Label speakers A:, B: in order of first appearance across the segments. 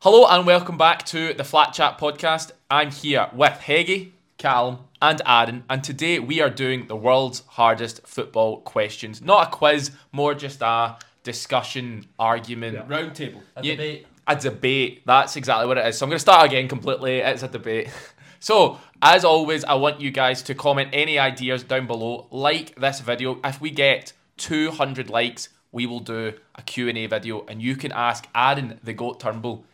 A: Hello and welcome back to the Flat Chat podcast. I'm here with Heggy, Callum, and Aaron, and today we are doing the world's hardest football questions. Not a quiz, more just a discussion, argument,
B: Round table.
C: A
A: You-
C: debate.
A: a debate. That's exactly what it is. So I'm going to start again completely. It's a debate. So, as always, I want you guys to comment any ideas down below. Like this video. If we get 200 likes, we will do a Q&A video and you can ask Aaron the Goat Turnbull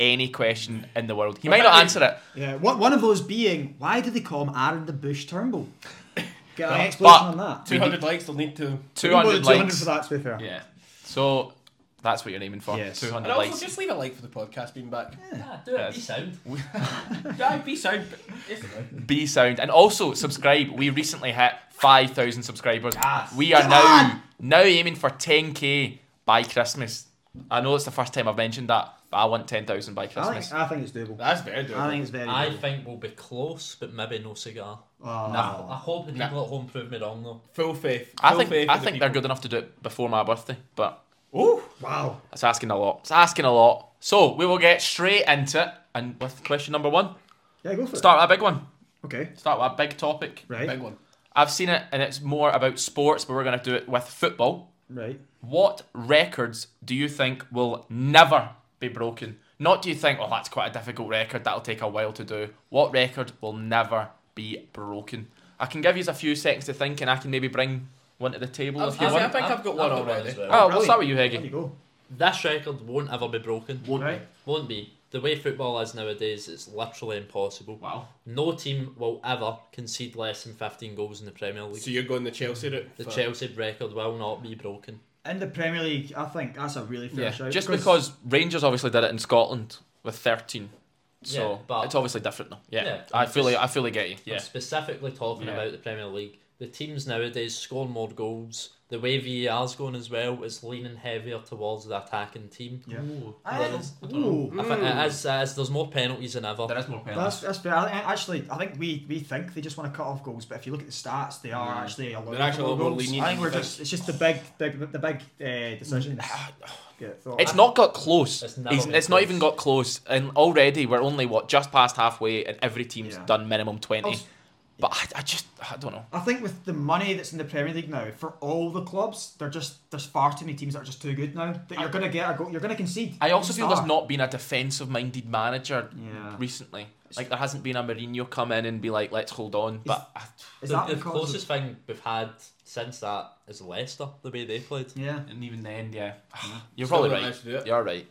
A: any question in the world. He might not answer it,
D: Yeah, one, one of those being, why do they call him Aaron the Bush Turnbull? Get an
A: but-
D: explanation on that.
B: 200 likes, they'll need to.
D: More than
A: 200 likes.
D: for that, to be fair.
B: Yeah.
A: So, that's what you're aiming for.
D: Yes.
A: 200
B: And also,
A: likes.
B: just leave a like for the podcast being back.
C: Ah, do it.
A: Yes.
C: Be sound.
B: Yeah, be sound. It's
A: B sound and also subscribe. We recently hit 5,000 subscribers.
C: Yes.
A: We are
D: Come
A: now
D: on.
A: now aiming for 10k by Christmas. I know it's the first time I've mentioned that, but I want 10,000 by
D: I
A: Christmas.
D: think, I think it's doable.
B: That's very doable.
D: I think it's very
C: I
D: doable.
C: think we'll be close, but maybe no cigar.
D: Oh.
C: I hope the people at home prove me wrong though.
B: full faith.
A: I
B: full
A: think,
B: faith
A: I
B: in the
A: think they're good enough to do it before my birthday, but
B: people.
D: Wow.
A: it's asking a lot. It's asking a lot. So we will get straight into it and with question number one.
D: Yeah, go for it.
A: Start with a big one.
D: Okay,
A: Start with a big topic.
B: Oh,
D: right,
B: big one.
A: I've seen it and it's more about sports, but we're going to do it with football.
D: right.
A: What records do you think will never be broken? Not do you think, oh, that's quite a difficult record, that'll take a while to do. What record will never be broken? I can give you a few seconds to think and I can maybe bring one to the table
B: I've-
A: if you
B: I've-
A: want.
B: I think I've got one already.
C: as well.
A: Oh, we'll
D: Brilliant.
A: start with you,
D: There you
A: Heggy.
D: go.
C: This record won't ever be broken.
D: Won't be. Right.
C: Won't be. The way football is nowadays, it's literally impossible.
A: Wow.
C: No team will ever concede less than 15 goals in the Premier League.
B: So you're going the Chelsea route?
C: the
B: for-
C: Chelsea record will not be broken.
D: In the Premier League, I think that's a really fair
A: Yeah.
D: shout.
A: Just because Rangers obviously did it in Scotland with 13. So
C: Yeah, but-
A: it's obviously different now. Yeah.
C: Yeah.
A: I fully I fully get you. Yeah.
C: I'm specifically talking
A: Yeah.
C: about the Premier League. The teams nowadays score more goals. The way VAR's going as well is leaning heavier towards the attacking team.
D: Yeah.
C: I don't
D: Ooh,
C: I think it is, it is, there's more penalties than ever.
A: is more
D: that's, that's fair. I, I- actually, I think we, we think they just want to cut off goals, but if you look at the stats, they are actually a lot.
B: They're actually a lot more
D: goals.
B: lenient
D: I think
B: than
D: we're
B: you think.
D: just it's just the big big the big uh, decisions. Get thought.
A: It's not got close. It's,
C: It's never been
A: it's not even got close. And already we're only what just past halfway, and every team's
D: Yeah.
A: done minimum twenty.
D: Also-
A: but I, I just I don't know.
D: I think with the money that's in the Premier League now for all the clubs, they're just there's far too many teams that are just too good now that you're gonna get a goal. You're gonna concede.
A: I also feel there's
D: Star.
A: not been a defensive minded manager
D: Yeah.
A: recently. Like there hasn't been a Mourinho come in and be like, let's hold on. But I,
D: Is
C: the,
D: that
C: the
D: because of-
C: closest thing we've had since that is Leicester, the way they played.
D: Yeah.
A: and even then, yeah, you're
B: Still
A: probably
B: not
A: right.
B: allowed to do it.
A: You're right.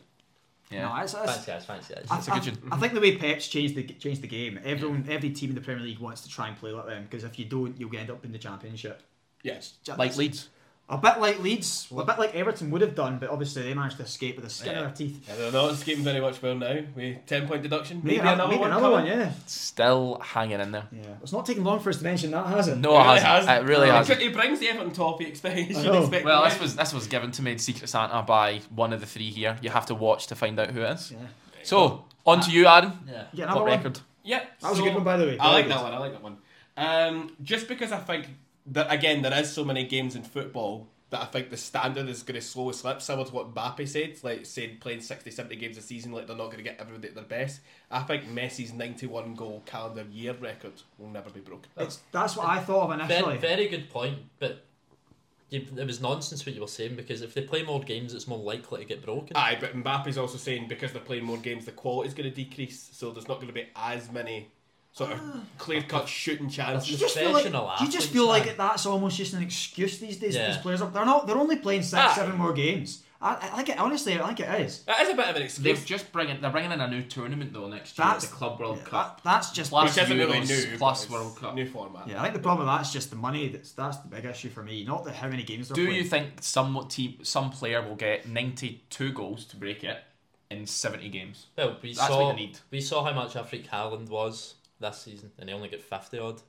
A: Yeah.
D: No, it's, it's,
C: Fancy guys, fancy guys.
D: I,
A: It's a good
D: I-
A: gin.
D: I think the way Pep's changed the changed the game, everyone, every team in the Premier League wants to try and play like them because if you don't, you'll end up in the Championship.
B: Yes.
A: Like Leeds.
D: a bit like Leeds, a bit like Everton would have done, but obviously they managed to escape with the skin of their teeth.
B: Yeah, they're not escaping very much well now. We 10 point deduction. Maybe,
D: a-
B: another
D: maybe
B: one.
D: another
B: coming.
D: one, yeah.
A: Still hanging in there.
D: Yeah, it's not taking long for us to mention that, has it?
A: No, it, hasn't. It really
B: He
A: hasn't.
B: could- He brings the Everton top. He expects. He
D: I
B: should
D: know.
B: expect
A: Well,
B: the
A: this was this was given to me in Secret Santa by one of the three here. You have to watch to find out who it is.
D: Yeah,
A: So on to you, Aaron.
C: yeah.
D: yeah another
A: What
D: one.
A: record?
B: Yeah,
D: That was
B: so-
D: a good one, by the way.
B: I like
D: Very
B: that
D: good.
B: one. I like that one. Um, just because I think that again, there is so many games in football that I think the standard is going to slowly slip. Similar to what Mbappe said, like saying playing 60, 70 games a season, like they're not going to get everybody at their best. I think Messi's ninety-one goal calendar year record will never be broken.
D: It's, that's what I thought of
C: Very,
D: initially.
C: very good point, but you, it was nonsense what you were saying because if they play more games, it's more likely to get broken.
D: Ah,
B: Aye, but Mbappe's also saying because they're playing more games, the quality's going to decrease, so there's not going to be as many sort of
A: Ah.
B: clear-cut shooting
D: you
B: chances.
D: just feel like
C: professional
D: you just
C: athletes,
D: feel like
C: man.
D: that's almost just an excuse these days. that
C: Yeah.
D: These players are they're not they're only playing six
A: Aye.
D: seven more games. I, I think it honestly. I think it is.
B: That is a bit of an
A: They've
B: excuse.
A: just bringing they're bringing in a new tournament though next year.
D: That's
A: the Club World
D: yeah,
A: Cup.
D: that- that's just
A: Plus-
B: Which isn't really
A: Euros
B: new. but
A: plus
B: it's
A: World Cup.
B: New format.
D: yeah. I think the problem with that's just the money. That's that's the big issue for me. Not the how many games they're
A: Do
D: playing.
A: you think some team some player will get ninety two goals to break it in seventy games?
C: well, we
A: That's
C: saw
A: what they need.
C: we saw how much Afric Haaland was this season, and he only got fifty odd.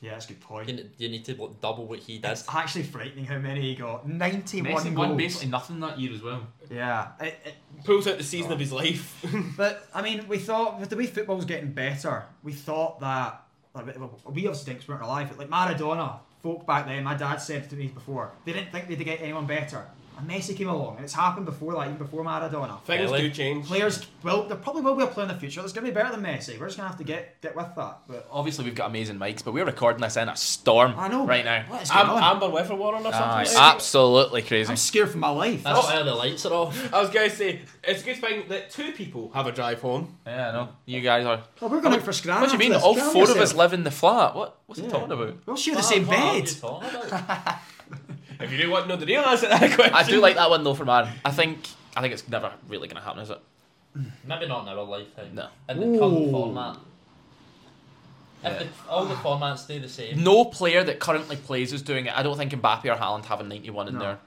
D: yeah, that's a good point.
C: You, n- you need to like, double what he did.
D: It's actually frightening how many he got. Ninety-one
A: Messi
D: goals.
A: won basically nothing that year as well.
D: Yeah, it, it,
B: Pulls out the season of his life.
D: But I mean, we thought with the way football was getting better, we thought that like, we obviously think we weren't alive. But like Maradona, folk back then, my dad said to me before, they didn't think they'd get anyone better. And Messi came along, and it's happened before, like even before Maradona.
B: Things
C: Really?
B: do change.
D: Players, well, there probably will be a player in the future that's going to be better than Messi. We're just going to have to get get with that. But
A: Obviously, we've got amazing mics, but we're recording this in a storm
D: I know
A: right
D: but
A: now.
D: What is going
B: Am-
D: on?
B: Amber Weather Warren or something.
A: Aye,
B: like that?
A: absolutely crazy.
D: I'm scared for my life.
C: That's why the lights are off.
B: I was going to say it's a good thing that two people have a drive home.
A: Yeah, I know. You guys are.
D: Well, Oh, we're going out for scram.
A: What do you mean? All four of us live in the flat. What? What's he talking about?
D: We'll share the same
C: What are you
D: bed.
C: talking about?
B: If you do want to know the real answer to that question,
A: I do like that one though for man. I think I think it's never really gonna happen, is it?
C: Maybe not in our lifetime.
A: No.
C: In the current
D: Ooh.
C: format. If the, all the formats stay the same.
A: No player that currently plays is doing it. I don't think Mbappe or Haaland have a ninety one in
D: No.
A: their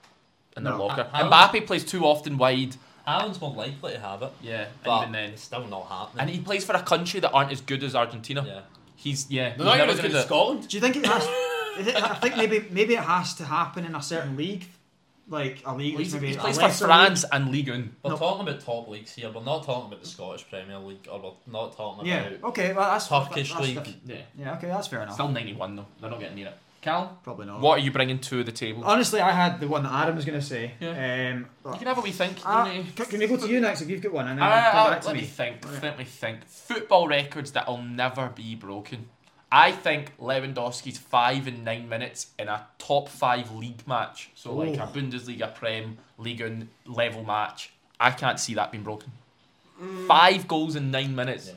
A: in their
D: No.
A: locker.
C: Ha- Haaland-
A: Mbappe plays too often wide.
C: Alan's more likely to have it,
A: Yeah, and
C: but
A: even then.
C: it's still not happening.
A: And he plays for a country that aren't as good as Argentina.
C: yeah.
A: He's yeah.
B: They're
A: he's
B: not even
A: never
B: as
A: gonna
B: good
A: do
B: as
A: it.
B: Scotland.
D: Do you think it has? is it, I think maybe maybe it has to happen in a certain league, like a league.
A: Well, he's-
D: that's maybe
A: He
D: a
A: plays for
D: lesser
A: France and Ligue 1.
C: We're
D: No.
C: talking about top leagues here. We're not talking about the Scottish Premier League, or we're not talking
D: league. Yeah.
C: about
D: Okay. Well, that's
C: Turkish
D: that's
C: league.
D: different.
A: Yeah.
D: Yeah. Okay. That's fair enough.
A: Still 91 though. They're not getting near it. Cal,
D: Probably not.
A: what are you bringing to the table?
D: Honestly, I had the one that Adam was going to say.
A: Yeah.
D: Um, but-
A: you can have a wee think.
D: Ah,
A: you know.
D: can, can we go to you next if you've got one, and then
A: Uh,
D: come
A: uh,
D: back to
A: let me
D: me.
A: think.
D: Right.
A: Let me think. Football records that'll never be broken. I think Lewandowski's five and nine minutes in a top five league match, so like a
D: Oh.
A: Bundesliga, Prem, Ligue 1 level match. I can't see that being broken. Five goals in nine minutes.
C: Yeah.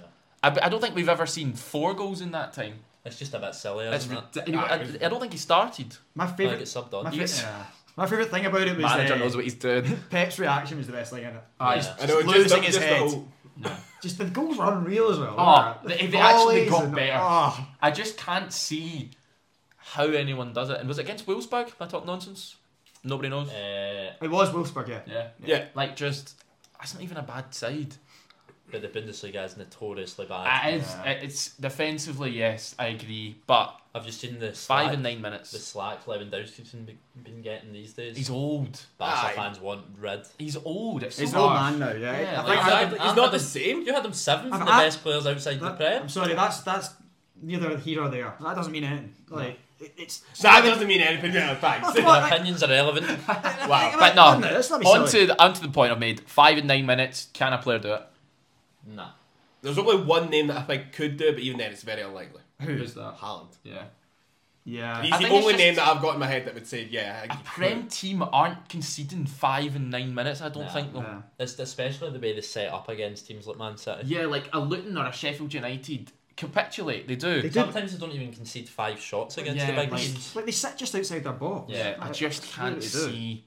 A: I, I don't think we've ever seen four goals in that time.
C: It's just a bit silly,
A: That's
C: isn't it?
A: ridic- I, I don't think he started.
D: My
C: Like
D: favorite.
C: it's subbed on.
D: My, fa-
A: Yes.
D: yeah. my favorite thing about it was
A: Manager
D: uh,
A: knows what Ah. he's doing.
D: Pep's reaction was the best thing in it.
A: Aye.
C: Yeah.
B: I know,
D: Just
B: just-
D: losing
B: just
D: his
B: the
D: head.
B: whole-
D: Just the goals were unreal as well.
A: Oh,
D: weren't
A: they- they actually
D: Volleys
A: got
D: and-
A: better.
D: oh.
A: I just can't see how anyone does it. And was it against Wolfsburg? Am I talking nonsense? Nobody knows.
C: Uh,
D: it was Wolfsburg, yeah.
A: Yeah.
B: Yeah.
A: Like just that's not even a bad side.
C: but the Bundesliga is notoriously bad.
A: It is,
D: Yeah.
A: it- it's defensively, yes, I agree. But
C: Have you seen the
A: five
C: slack,
A: and nine
C: the
A: minutes.
C: slack Lewandowski's been, been getting these days?
A: He's old.
C: Barca
B: Aye.
C: fans want red.
A: He's old. It's so
D: He's an old
A: harsh.
D: man now, yeah.
A: Yeah,
D: I
A: like,
D: think
A: I-
B: Exactly. He's
C: I-
B: not the same.
C: You had them seventh,
D: I've
C: the
D: had-
C: best players outside the
D: that-
C: Prem.
D: I'm sorry, that's that's neither here or there. That doesn't mean anything. Like it, it's.
B: That doesn't mean anything. No,
D: Oh,
B: thanks.
D: come
C: Their
D: on, like-
C: opinions are relevant.
B: wow.
A: But
D: Come on,
A: no,
D: let's not be
A: onto
D: silly.
A: the, onto the point I've made. Five and nine minutes. Can a player do it?
C: nah.
B: There's only one name that I think could do, but even then, it's very unlikely.
D: Who?
A: that?
B: Haaland.
A: Yeah.
D: Yeah.
B: He's
A: I
B: the
A: think it's
B: only
A: just-
B: name that I've got in my head that would say, yeah.
A: A Prem team aren't conceding five and nine minutes. I don't
C: Nah.
A: think. they'll-
D: Yeah.
C: It's especially the way they set up against teams like Man City.
A: Yeah, like a Luton or a Sheffield United capitulate. They do.
D: They do.
C: Sometimes they don't even concede five shots against
A: Yeah,
C: the big
A: like-
C: teams.
D: Like they sit just outside their box.
A: Yeah, I
D: I-
A: just
D: I
A: can't
D: really do.
A: see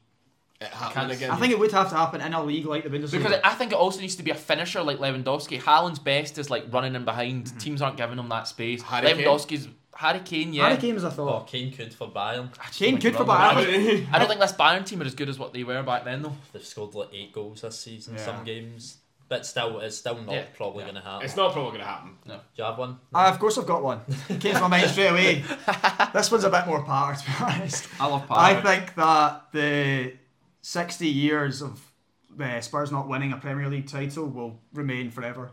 B: It
A: Can't-
B: happened again.
D: I think it would have to happen in a league like the Bundesliga.
A: because I think it also needs to be a finisher like Lewandowski. Haaland's best is like running in behind. Teams aren't giving him that space.
B: Harry Kane?
A: Lewandowski's Harry Kane, yeah.
D: Harry Kane was a
C: Oh,
D: thought.
C: Kane could for Bayern.
A: I just
D: Kane
A: don't
D: could
A: think
D: for
A: they're on
D: Bayern.
A: that. I don't think this Bayern team are as good as what they were back then, though.
C: They've scored like eight goals this season.
D: Yeah.
C: Some games, but still, it's still not
A: Yeah.
C: probably
A: Yeah.
C: going to happen.
B: it's not probably going to happen.
C: Do you have one?
D: Ah, of course I've got one. Came to my mind straight away. This one's a bit more power, to be honest.
A: I love
D: I think that the 60 years of uh, Spurs not winning a Premier League title will remain forever.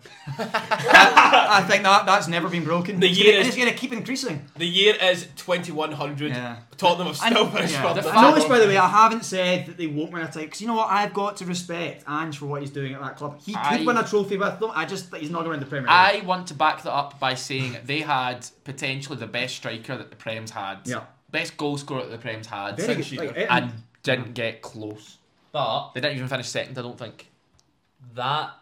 D: I, I think that that's never been broken.
B: The
D: It's gonna-
B: year
D: and
B: is-
D: it's going to keep increasing.
B: The year is 2100.
D: Yeah.
B: Tottenham have still finished
D: yeah.
B: from
A: the
B: the
A: fact-
D: I noticed, by the way, I haven't said that they won't win a title because you know what? I've got to respect Ange for what he's doing at that club. He could
A: I-
D: win a trophy with them. I just think he's not going to win the Premier League.
A: I want to back that up by saying they had potentially the best striker that the Prem's had.
D: Yeah.
A: Best goal scorer that the Prem's had.
D: Very
B: since
D: good,
B: she-
D: like, it-
A: and didn't get close.
C: But
A: They didn't even finish second, I don't think.
C: that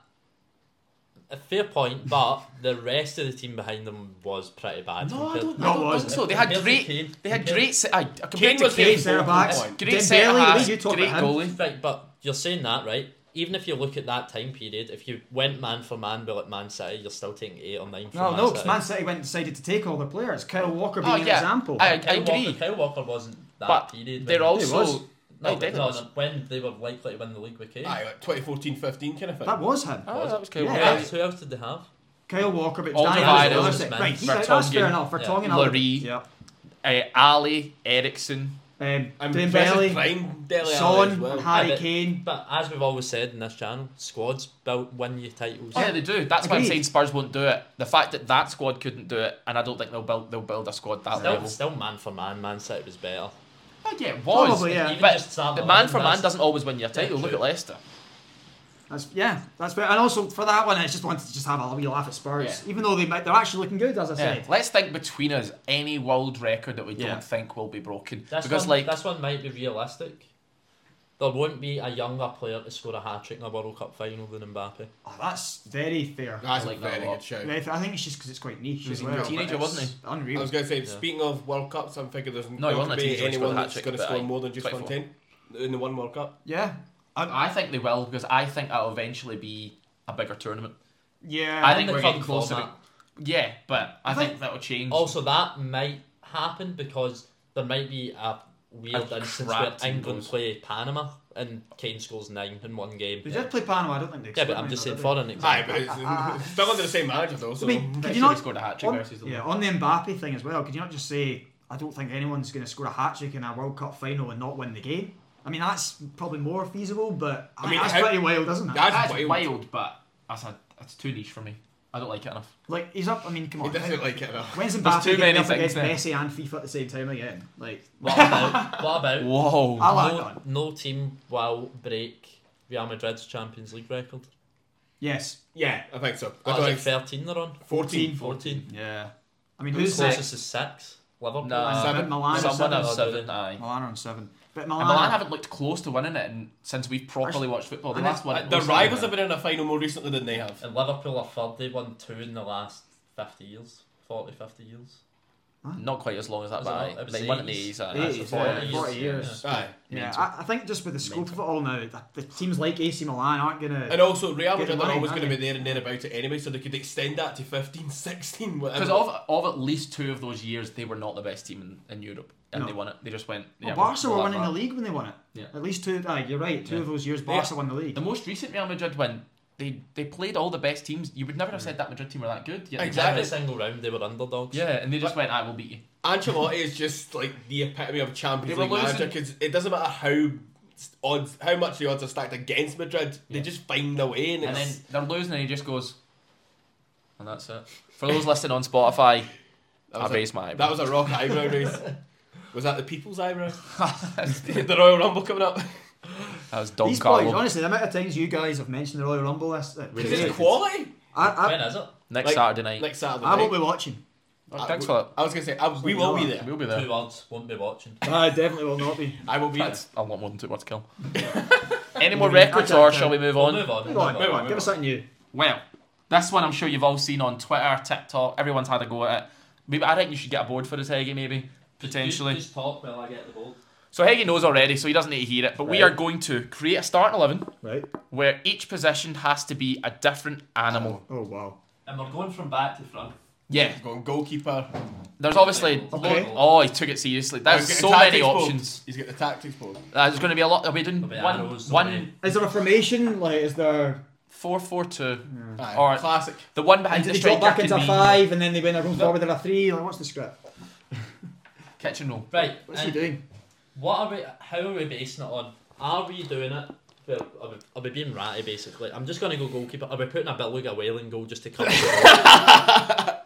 C: a fair point. But the rest of the team behind them was pretty bad.
A: No, I
C: compared-
A: don't, I
D: No,
A: don't
D: it
A: think
D: wasn't.
A: so. They had
C: Compared to
A: great.
C: Kane.
A: They had
C: Compared-
A: great. se- aye, compared
B: Kane
A: to
B: was
A: Kane,
B: getting
D: Kane centre
B: four
D: backs.
B: points.
A: great
D: Dembele,
A: centre
D: the way
A: halves,
D: you talk
A: great
D: about him.
A: goalie.
C: Right, but you're saying that, right? Even if you look at that time period, if you went man for man, but at Man City, you're still taking eight or nine. From
D: No,
C: man
D: no,
C: City.
D: because Man City went and decided to take all the players. Kyle Walker being
A: Oh,
D: an
A: yeah.
D: example.
A: I, I
C: Kyle
A: agree.
C: Walker, Kyle Walker wasn't that
A: But
C: period.
A: they're
C: when-
A: also.
D: was.
A: No,
C: no,
A: they
C: but no,
A: was.
C: when they were likely to win the league with Kane.
B: Aye, like 2014 15 kind of thing.
D: that was him.
A: Oh, that was cool.
C: Who
D: Yeah.
A: Yeah.
C: else, who else did they have?
D: Kyle Walker, but
A: Alderweireld,
D: Diana was the
C: Alderweireld,
D: other side. Right, he's out,
A: Vertonghen,
D: that's fair enough. Vertonghen,
C: yeah.
D: Alderweireld.
A: Lloris.
D: yeah.
A: Uh, Ali, Ericsson.
D: um,
B: I'm
D: Dembele,
B: Prime Dele Alli as
D: Son,
B: well.
D: and Harry
C: Yeah, but-
D: Kane.
C: But as we've always said in this channel, squads built win you titles.
A: Yeah, they do. That's why I'm
D: Agreed.
A: saying Spurs won't do it. The fact that that squad couldn't do it, and I don't think they'll build they'll build a squad that
C: Still,
A: level.
C: still man for man, Man City was better.
A: I get it was.
D: Probably, yeah.
C: Even
A: But
C: just Sam
A: the
C: alone,
A: man for man
C: that's-
A: doesn't always win your title.
C: Yeah,
A: Look
C: true.
A: at Leicester.
D: That's yeah, that's fair. And also for that one, I just wanted to just have a wee laugh at Spurs,
A: Yeah.
D: even though they might, they're actually looking good, as I
A: Yeah.
D: said.
A: Let's think between us any world record that we
D: Yeah.
A: don't think will be broken.
C: This
A: because
C: one,
A: like
C: this one might be realistic. There won't be a younger player to score a hat trick in a World Cup final than Mbappe.
D: Oh, that's very fair.
B: That's
A: like
B: a
A: that
B: very
A: a lot.
B: good shout.
D: Very fair. I think it's just because it's quite niche
B: He was
D: as
B: a
D: well.
A: teenager,
D: but
A: wasn't
D: it's Unreal.
B: I was going to say,
C: Yeah.
B: speaking of World Cups, I'm thinking there's
A: No, he
B: not
A: wasn't
B: going
A: a
B: to be
A: teenager, he scored
B: anyone
A: a
B: that's
A: hat-trick,
B: going to
A: but
B: score
A: aye,
B: more than just
A: 24.
B: Fontaine in the one World Cup.
D: yeah,
A: I think they will because I think that'll eventually be a bigger tournament.
D: yeah.
A: I think
C: the
A: we're getting
C: current
A: closer.
C: format.
A: Yeah, but I,
D: I
A: think,
D: think-
A: that'll change.
C: Also, that might happen because there might be a weird
A: A
C: instance
A: crap
C: where
A: team
C: England
A: goes.
C: play Panama and Kane scores nine in one game.
D: They did play Panama. I don't think they.
C: Yeah, but
D: experimented,
C: I'm just saying
D: did
C: for an
B: Aye,
C: example.
B: but it's still under the same manager though. So
D: they? I mean,
A: Pretty
D: could you
A: sure he
D: not
A: scored a hat trick
D: on,
A: versus them.
D: yeah, on the Mbappe thing as well? Could you not just say I don't think anyone's going to score a hat trick in a World Cup final and not win the game? I mean, that's probably more feasible, but I,
B: I
D: mean,
B: mean,
D: that's
B: how-
D: pretty wild, isn't it?
B: That's
A: That's wild.
B: wild.
A: but that's a, that's too niche for me. I don't like it enough.
D: Like he's up. I mean, come
B: he
D: on.
B: doesn't like it enough.
D: When's
A: There's
D: Mbappe
A: too
D: too
A: many
D: many up
A: things
D: against
A: there.
D: Messi and FIFA at the same time again? Like,
C: What about, what about
A: Whoa.
D: I like
C: no,
D: that.
C: no team will break Real Madrid's Champions League record.
D: Yes,
B: Yeah, I think so. I
C: Oh,
B: don't
C: is it
B: think
C: 13 they're on?
B: 14.
C: 14.
D: Yeah. I mean,
C: Who's
D: who's
C: closest
D: next?
C: is 6? Liverpool?
A: No.
D: Seven. Milan at
A: Someone
D: seven.
A: at
C: Oh,
A: seven.
C: did they?
A: Aye.
D: Milan are on seven, but
A: And
D: Milan.
A: Milan haven't looked close to winning it in, since we've properly watched football. The
D: And
A: last one. it
B: The
A: was-
B: rivals have been in a final more recently than they have.
C: And Liverpool are third. They won two in the last 50 years. 40, 50 years.
A: Not quite as long as that,
C: Was it
A: but
C: not-
A: aye.
C: it was
A: they won it in the 80s.
C: 80s.
A: aye. That's
D: Eighties,
A: the
D: yeah,
A: 40s.
D: forty years.
C: Yeah.
B: Aye.
D: Yeah,
A: Mental.
D: I, I think just with the scope of it all now, the, the teams like AC Milan aren't gonna.
B: And also, Real
D: Get
B: Madrid are
D: money,
B: always going to
D: aren't
B: be
D: they?
B: there and there about it anyway, so they could extend that to 15, 16, whatever.
A: Because of, of at least two of those years, they were not the best team in, in Europe, and
D: No.
A: they won it. They just went.
D: Well,
A: Yeah,
D: Barca
A: we'll
D: were
A: have
D: winning
A: that.
D: the league when they won it.
A: Yeah.
D: At least two. Aye, you're right. Two
A: Yeah.
D: of those years, Barca
B: Yeah.
D: won the league.
A: The most recent Real Madrid win, they they played all the best teams. You would never have said that Madrid team were that good. Yet they
B: Exactly.
C: Every
A: won it.
C: single round they were underdogs.
A: Yeah, and they just went, "I will beat you."
B: Ancelotti is just like the epitome of Champions
A: They
B: League
A: were
B: manager
A: losing-
B: because it doesn't matter how odds, how much the odds are stacked against Madrid,
A: Yeah.
B: they just find a way. And,
A: And then
B: it's,
A: they're losing, and he just goes, and that's it. For those listening on Spotify,
B: that
A: I
B: was,
A: raised my
B: a, that was a rock eyebrow raise. Was that the people's eyebrow? the Royal Rumble coming up.
A: that was Don
D: These boys,
A: Carlo.
D: honestly, the amount of times you guys have mentioned the Royal Rumble list, uh,
C: Really?
B: Because
D: today,
B: it's quality.
D: I,
C: When
D: I,
C: is it?
A: Next
B: like-
A: Saturday night.
B: Next Saturday.
D: I won't
B: night.
D: be watching.
A: Oh, thanks
B: I-
A: for that.
B: I was going to say, I, we
D: you
B: will
D: know
B: be
D: that.
B: there.
A: We'll be there.
C: Two words, won't be watching.
D: I definitely will not be.
B: I will be there.
A: That's a lot more than two words, kill. Any more
D: Moving on.
A: records,
D: Okay,
A: or
D: okay.
A: shall we move
C: We'll
A: on?
C: move on.
D: Move on,
B: on,
D: move
B: move
D: on. Give us
B: on.
D: something new.
A: Well, this one I'm sure you've all seen on Twitter, TikTok. Everyone's had a go at it. Maybe I think you should get a board for this, Heggy. Maybe potentially.
C: Just, just talk while I get the ball.
A: So Heggy knows already, so he doesn't need to hear it. But we are
C: Right.
A: going to create a starting eleven
D: Right.
A: where each position has to be a different animal.
D: Oh wow.
C: And we're going from back to front.
A: Yeah,
B: Going goalkeeper.
A: there's obviously.
D: Okay.
A: Oh, he took it seriously. There's
B: He's got
A: so
B: the
A: many
B: tactics board.
A: options.
B: He's got the tactics board.
A: Uh, there's going to be a lot. Are we doing
C: There'll be
A: one,
C: arrows, there'll
A: one,
C: be-
D: Is there a formation? Like, is there?
A: four, four, two?
B: Aye,
A: All right.
B: Classic.
A: The one behind
D: And do
A: the
D: they drop
A: striker
D: back
A: can
D: into a
A: be
D: five, and then they win a roll forward and a three? Like, what's the script?
A: kitchen roll.
C: Right.
D: What's he
C: and
D: doing?
C: What are we? How are we basing it on? Are we doing it? Well, are we, are we being ratty basically? I'm just gonna go goalkeeper. Are we putting a Beluga whale in goal just to cover? the goal?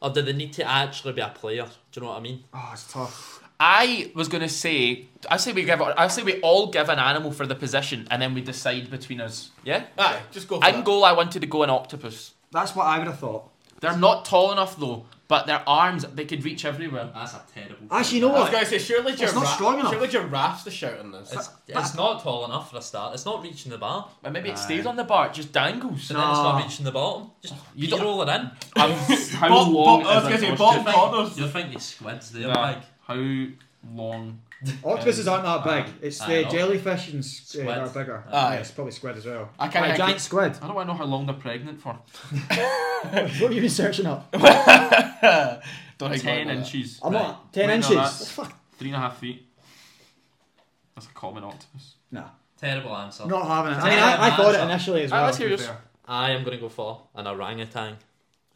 C: or do they need to actually be a player? Do you know what I mean?
D: Oh, it's tough.
A: I was gonna say, I say we give, I say we all give an animal for the position, and then we decide between us. Yeah.
B: Aye, just go for
A: In
B: that.
A: goal, I wanted to go an octopus.
D: That's what I would have thought.
A: They're not tall enough though, but their arms they could reach everywhere.
C: That's a terrible.
D: Actually, you know
B: I was
D: what?
B: going to say, surely
D: not
B: giraffe-
D: strong enough.
B: Surely giraffes the shout on this.
C: It's, it's not tall enough for a start. It's not reaching the bar.
A: But maybe it stays on the bar, it just dangles.
C: So then it's
D: No.
C: not reaching the bottom. Just
A: You
C: you
A: don't-
C: roll it in.
A: Um, how is
B: Bob- Bob- I was gonna
A: it?
B: say,
C: You're
B: Bob-
C: think-
B: corners.
C: You're thinking squids there,
A: Nah,
C: like
A: How long?
D: Octopuses aren't that big. It's
C: I
D: the
C: know.
D: jellyfish and s- uh,
C: Squid.
D: that are bigger.
B: Aye.
D: yeah, it's probably squid as well.
B: I kinda
D: Like a
B: agree.
D: giant squid.
A: I don't want to know how long they're pregnant for.
D: what have you been searching up?
B: Don't ignore
A: Ten
B: that.
A: inches.
D: I'm
A: Right.
D: not ten
A: Wait, no,
D: inches.
A: that's
D: Fuck.
A: three and a half feet. That's a common octopus.
D: No,
C: terrible answer.
D: not having it. I
C: Ten
D: mean, I, I
C: man,
D: thought it
C: so-
D: initially as
A: Aye,
D: well.
A: let's
D: to
A: hear
D: be
A: yours.
D: fair.
C: I am gonna go for an orangutan.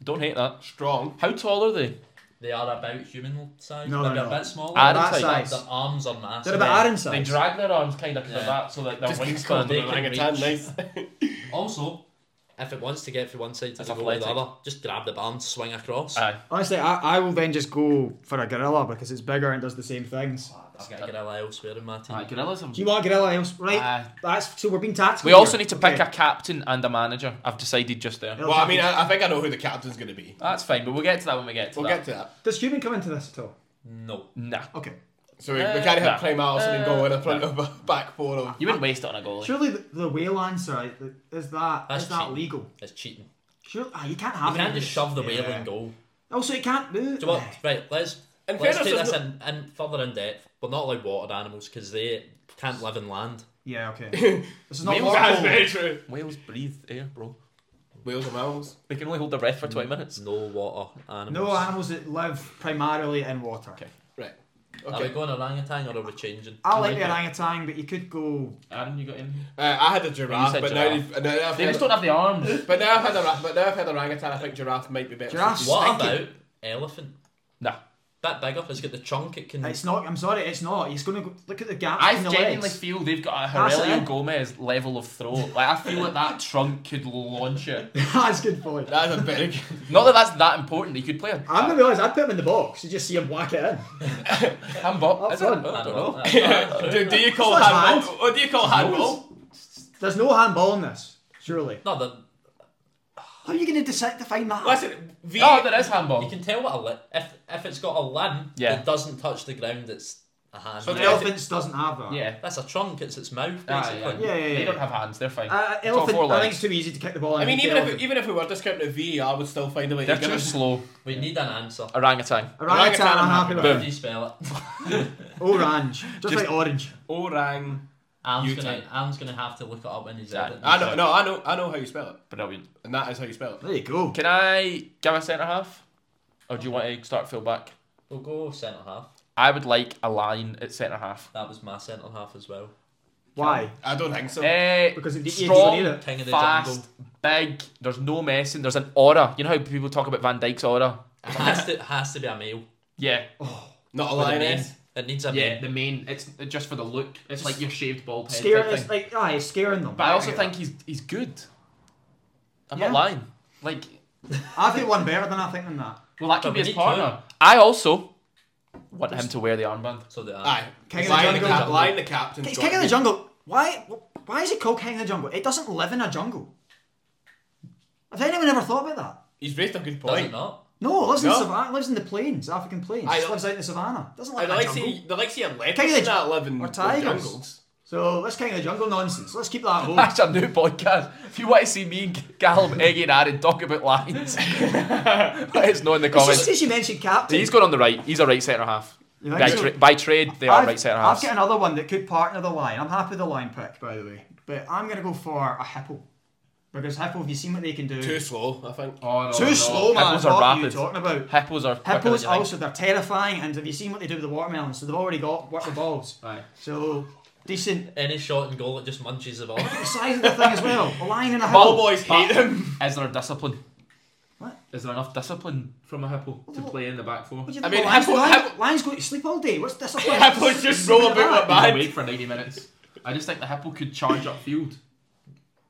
A: Don't hate that.
B: Strong.
A: How tall are they?
C: They are about human size.
D: No,
C: Maybe
D: no,
C: a
D: no.
C: bit smaller.
A: Adam
D: that
A: type.
D: size.
C: Their arms are massive.
D: They're about Aaron size.
A: They drag their arms kind of 'cause of
C: Yeah.
A: that, so like their
B: Just
A: wingspan.
B: They
C: They
B: can
C: can
B: orangutan, nice.
C: Also, if it wants to get from one side to
A: That's
C: the goal to the
A: athletic.
C: other, just grab the bar and swing across.
A: Aye.
D: Honestly, I, I will then just go for a gorilla because it's bigger and does the same things.
C: I've got a gorilla elsewhere in my team.
A: Aye, gorillas are-
D: Do you want a gorilla else? Right.
A: Aye.
D: That's so we're being tactical.
A: We also
D: here.
A: need to pick
D: Okay.
A: a captain and a manager. I've decided just there.
D: Yeah.
B: Well, I mean, I, I think I know who the captain's going to be.
A: That's fine, but we'll get to that when we get to
B: We'll
A: that.
B: get to that.
D: Does human come into this at all?
C: No.
A: nah.
D: Okay.
B: So we,
A: Uh,
B: we can't have
A: no.
B: Prime Allison and go in a front
A: no.
B: of a back four of.
A: You wouldn't waste it on a goalie.
D: Surely the, the whale answer is that
C: That's
D: is that
C: cheating.
D: legal?
C: It's cheating.
D: Sure, ah, you can't
C: You
D: have.
C: can't
D: any of
C: just
D: this.
C: shove the whale
D: Yeah.
C: in goal.
D: Also, you can't move.
C: Do you know what? Right, let's
B: In
C: let's
B: fairness,
C: take this
B: there's
C: in, in further in depth. We're not allowed water animals because they can't live in land.
D: Yeah. Okay. This is not
A: Whales are
D: horrible.
B: true.
A: Whales breathe air, bro.
B: Whales are mammals.
A: They can only hold their breath for 20 minutes.
C: No water animals.
D: No animals that live primarily in water.
A: Okay.
B: Right.
C: Are we
B: Okay.
C: going orangutan or are we changing?
D: I like the
C: it.
D: orangutan, but you could go.
A: Aaron, you got in.
B: Uh, I had a giraffe,
A: said
B: but now,
A: giraffe.
B: you've- now I've
A: They
B: had,
A: just don't have the arms.
B: but now I've had a ra- but now I've had orangutan. I think giraffe might be better.
D: Giraffes-
B: suited.
C: What
D: Stinky.
C: about elephant?
A: nah.
C: Bit bigger. It's got the trunk. It can.
D: It's not. I'm sorry. It's not. He's going to go, look at the gap
A: I
D: in the
A: genuinely
D: legs.
A: feel they've got a
D: That's
A: Aurelio
D: it.
A: Gomez level of throat. Like, I feel like that trunk could launch it.
D: That's good point.
B: That is a very good.
A: Not that that's that important. You could play a.
D: I'm gonna be honest. I'd put him in the box. You just see him whack it in.
A: handball.
D: Up
A: Is it
D: front.
A: handball? I don't
C: know.
A: know.
B: do, do you call
D: It's not
B: handball?
D: hand.
B: What do you call handball?
D: There's no handball in this. Surely.
C: no, the-
D: How are you going to decide define that?
B: Listen, V.
A: Oh, there is
C: you
A: handball.
C: can tell what a li- if if it's got a limb
A: Yeah.
C: that doesn't touch the ground, it's a hand.
B: So
D: The
B: Yeah.
D: elephants doesn't have that.
A: Yeah.
C: That's a trunk. It's its mouth
A: Ah,
C: basically.
D: Yeah, yeah,
A: They
D: yeah.
A: don't have hands. They're fine.
D: Uh,
A: It's all
D: elephant.
A: four
D: I think
A: legs.
D: it's too easy to kick the ball. in
B: I mean,
D: with the
B: even if,
D: elephant.
B: even if we were discounting the VAR, would still find a way
A: They're
B: to give
A: too
B: us.
A: slow.
C: We need an answer.
A: Orangutan.
D: orangutan,
B: Orangutan,
D: I'm happy
C: How
D: with.
C: do you spell it?
D: Orange, just, like orange.
B: Orang.
C: Alan's
B: You
C: gonna,
B: type.
C: Alan's gonna have to look it up when he's
A: Exactly.
C: editing.
B: I know, no, I know, I know how you spell it,
A: Brilliant.
B: and that is how you spell it.
D: There you go.
A: Can I give a centre half? Or do you want to start full back?
C: We'll go centre half.
A: I would like a line at centre half.
C: That was my centre half as well.
D: Why?
B: I don't think so.
A: Eh,
D: Because if the
A: strong,
D: need it.
C: King of the
A: fast,
C: jungle.
A: big. There's no messing. There's an aura. You know how people talk about Van Dyke's aura?
C: It has to, it has to be a male.
A: Yeah,
D: Oh,
B: Not a
C: with a mane.
B: lioness.
C: It needs a
A: yeah.
C: mane.
A: The main. It's just for the look. It's like your shaved bald head.
D: Scaring,
A: type
D: it's
A: thing.
D: like aye, it's scaring them.
A: But I also
D: Yeah.
A: think he's he's good. I'm
D: Yeah.
A: not lying. Like,
D: I've got one better than I think than that.
A: well, that
C: But
A: could
C: we
A: be his
C: need
A: partner. I also want him to wear the armband.
C: So the
B: Aye.
D: King of the
B: lion
D: jungle.
B: cap- lion the captain.
D: It's King of the Jungle. Why? Why is it called King of the Jungle? It doesn't live in a jungle. Has anyone ever thought about that?
B: He's raised a good
C: does it
B: point.
C: not?
D: No, it lives in
B: No.
D: savannah. Lives in the plains, African plains.
B: I
D: It
B: don't-
D: lives out in the savannah. It doesn't
B: I
D: live in a
B: like
D: jungle.
B: see, I like see a
D: King
B: leopard
D: of the
B: in that live in
D: or
B: the
D: tigers.
B: jungles.
D: So that's King of the Jungle nonsense. Let's keep that home.
A: That's a new podcast. If you want to see me and Callum, Eggy and Aaron talk about lines, let us know in the
D: It's just
A: comments.
D: because you mentioned captain.
A: He's going on the right. He's a right centre half.
D: You think
A: By,
D: so?
A: tra- by trade, they are
D: I've,
A: right centre
D: I've
A: halves.
D: got another one that could partner the line. I'm happy with the line pick, by the way. But I'm going to go for a hippo. Because hippo, have you seen what they can do?
B: Too slow, I think.
A: Oh, no,
D: Too slow, man.
A: Hippos
D: what
A: are
D: are you
A: rapid.
D: talking about?
A: Hippos are quicker
D: Hippos
A: than you think.
D: also, they're terrifying. And have you seen what they do with the watermelon? So they've already got what the balls.
A: Aye.
D: So decent.
C: Any shot and goal, it just munches the ball.
D: The size of the thing as well. A lion and a
B: Ball
D: hippo.
B: boys hate him.
A: Is there a discipline?
D: What?
A: Is there enough discipline from a hippo to
D: Well,
A: play in the back four?
D: What do you
B: I
D: think
B: mean,
D: about lions?
B: hippo-
D: lions,
B: hippo-
D: lions go to sleep all day. What's this about?
B: Hippos just roll
D: Look at
B: about like
D: that.
A: He's
B: mad.
A: awake for 90 minutes. I just think the hippo could charge upfield.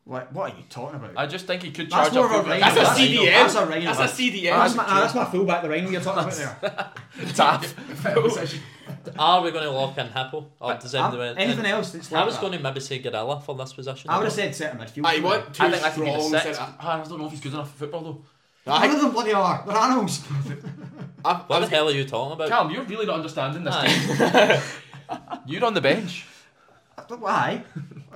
D: Like, what are you talking about?
A: I just think he could charge
D: that's more of a
A: upfield.
D: rhino.
B: That's a
A: That's
B: CD. CDM.
D: That's a rhino.
B: That's a
D: Ah, that's
B: CDM.
D: my, ah, that's my fullback, the rhino you're talking about there.
A: daft.
C: Are we going to lock in Hippo? Or does
D: Um,
C: anyone,
D: anything else that's like
C: I was
D: that?
C: going to maybe say Gorilla for this position.
D: I would have said centre midfield.
B: I want two
A: I think that's could be the
B: strong
A: six.
B: centre-
A: Ah, I don't know if he's good enough for football though.
D: None of them bloody are. They're animals.
B: I- I
C: What the
B: was-
C: hell are you talking about?
A: Calm, you're really not understanding this.
C: Aye.
A: team. You're on the bench.
D: But why?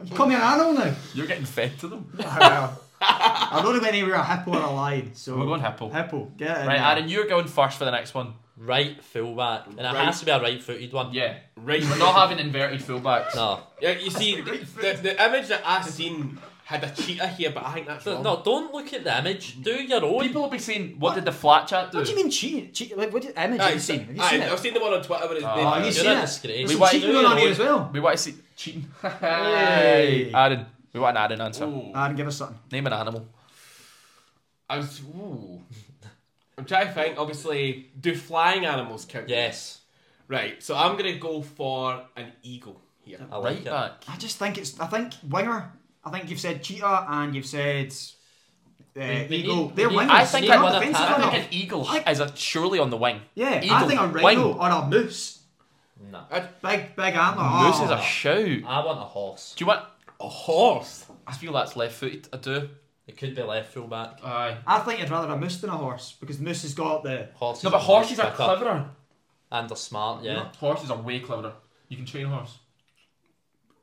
D: You call me an animal now.
A: You're getting fed to them.
D: Ah, well. I don't know whether we're a hippo or a lion. So
A: We're going hippo.
D: Hippo. Get it. in
A: Right,
D: there.
A: Aaron, you're going first for the next one.
C: Right fullback. And it
B: Right.
C: has to be a right footed one.
A: Yeah.
B: Right,
A: We're not having inverted fullbacks.
C: No.
B: Yeah, you see, the, the, the image that I seen had a cheetah here, but I think that's
C: No,
B: wrong.
C: no, don't look at the image. Do your own.
A: People will be saying, what, did the flat chat do?
D: What do you mean cheat? cheat? Like, what do, image
B: Aye,
D: have you seen? Have you
B: aye,
D: seen
B: I've
D: it?
B: seen the one on Twitter, but it's
A: Oh,
B: been-
D: Oh, have you
C: You're
D: seen
C: not
D: it?
C: disgraced.
D: There's
A: We
D: some
A: want-
D: cheating going on here as well.
A: We want to see cheating.
D: Yay.
A: Aaron, we want an Aaron answer.
B: Ooh.
D: Aaron, give us something.
A: Name an animal.
B: I was. Ooh. I'm trying to think. Obviously, do flying animals count?
C: Yes.
B: Right. So I'm gonna go for an eagle here.
C: I like
A: right
C: it.
A: back.
D: I just think it's. I think winger. I think you've said cheetah and you've said uh,
C: We- we
D: eagle.
C: need-
D: They're
C: we need-
D: wingers.
A: I think
D: they're
A: I-
D: not
C: I
D: defensive
A: I
C: No.
A: think an
D: enough.
A: eagle
D: I-
A: is a, surely on the wing.
D: Yeah, I
A: Eagle,
D: think a rhino
A: wing.
D: or a moose.
C: Nah.
D: Big, big antler.
A: Moose
D: Oh.
A: is a shout. Do
C: I want a horse.
A: you want?
B: A horse.
A: I feel that's left footed. I do.
C: It could be left full back.
A: Aye.
D: Oh, I think I'd rather a moose than a horse because moose has got the.
C: Horses
A: No, but horses are
C: much better.
A: cleverer.
C: And they're smart, yeah.
A: Horses are way cleverer. You can train a horse.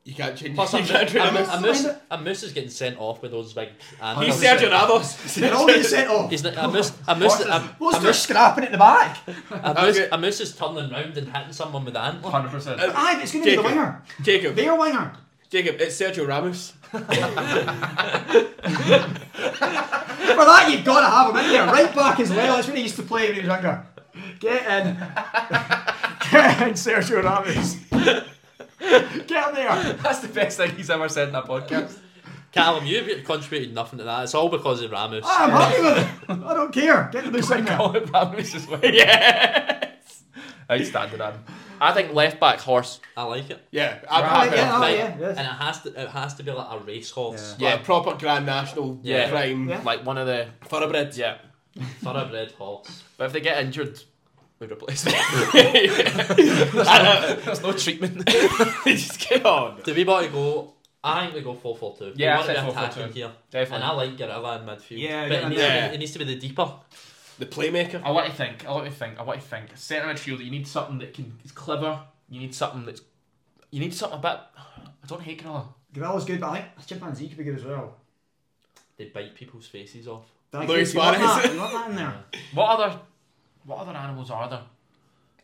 B: You can't change.
C: Plus,
B: you
C: I'm,
B: can't train
C: I'm,
B: a
C: a,
B: moose.
C: moose, a moose is getting sent off with those big. antlers.
B: He's Sergio Ramos.
D: They're all being sent off.
C: He's not, a moose, a moose, a,
D: What's they scrapping at the back?
C: a, moose, a moose is turning round and hitting someone with an antler.
A: Hundred percent.
D: Aye, but it's going to be the
B: Jacob.
D: winger.
B: Jacob.
D: Their winger.
B: Jacob, it's Sergio Ramos.
D: For that, you've got to have him in there. Right back as well. That's what he used to play when he was younger. Get in. Get in, Sergio Ramos. Get in there.
A: That's the best thing he's ever said in a podcast.
C: Callum, you've contributed nothing to that. It's all because of Ramos.
D: Ah, I'm happy with it. I don't care. Get the moose in there.
A: Call it Ramos as well. Yes. Outstanding, Adam. I think left back horse.
C: I like it.
B: Yeah, I'm
D: Right,
B: happy.
D: yeah, oh,
C: Like,
D: yeah, yes.
C: And it has to, it has to be like a racehorse,
B: Like
A: Yeah.
B: a proper Grand National
A: Yeah.
B: prime
D: Yeah.
A: Like one of the
B: thoroughbreds.
A: yeah.
C: thoroughbred horse.
A: But if they get injured, we replace them. there's, no, there's no treatment.
B: Just get on.
C: Do we want to go? I think we go four four two.
A: Yeah, I
C: we want to
A: said
C: be
A: 4-4-2.
C: attacking here, and
A: Definitely.
C: I like Guerrilla in midfield.
D: Yeah,
C: but it needs,
B: yeah.
C: to be, it needs to be the deeper.
B: The playmaker.
A: I want to think. I want to think. I want to think. Centre midfield. You need something that can is clever. You need something that's. You need something a bit. I don't hate Granola.
D: Gavella's good, but I think chimpanzee could be good as well.
C: They bite people's faces off.
D: That
B: Luis
D: you want
B: Suarez.
D: that. You want that in there.
A: What other, what other animals are there?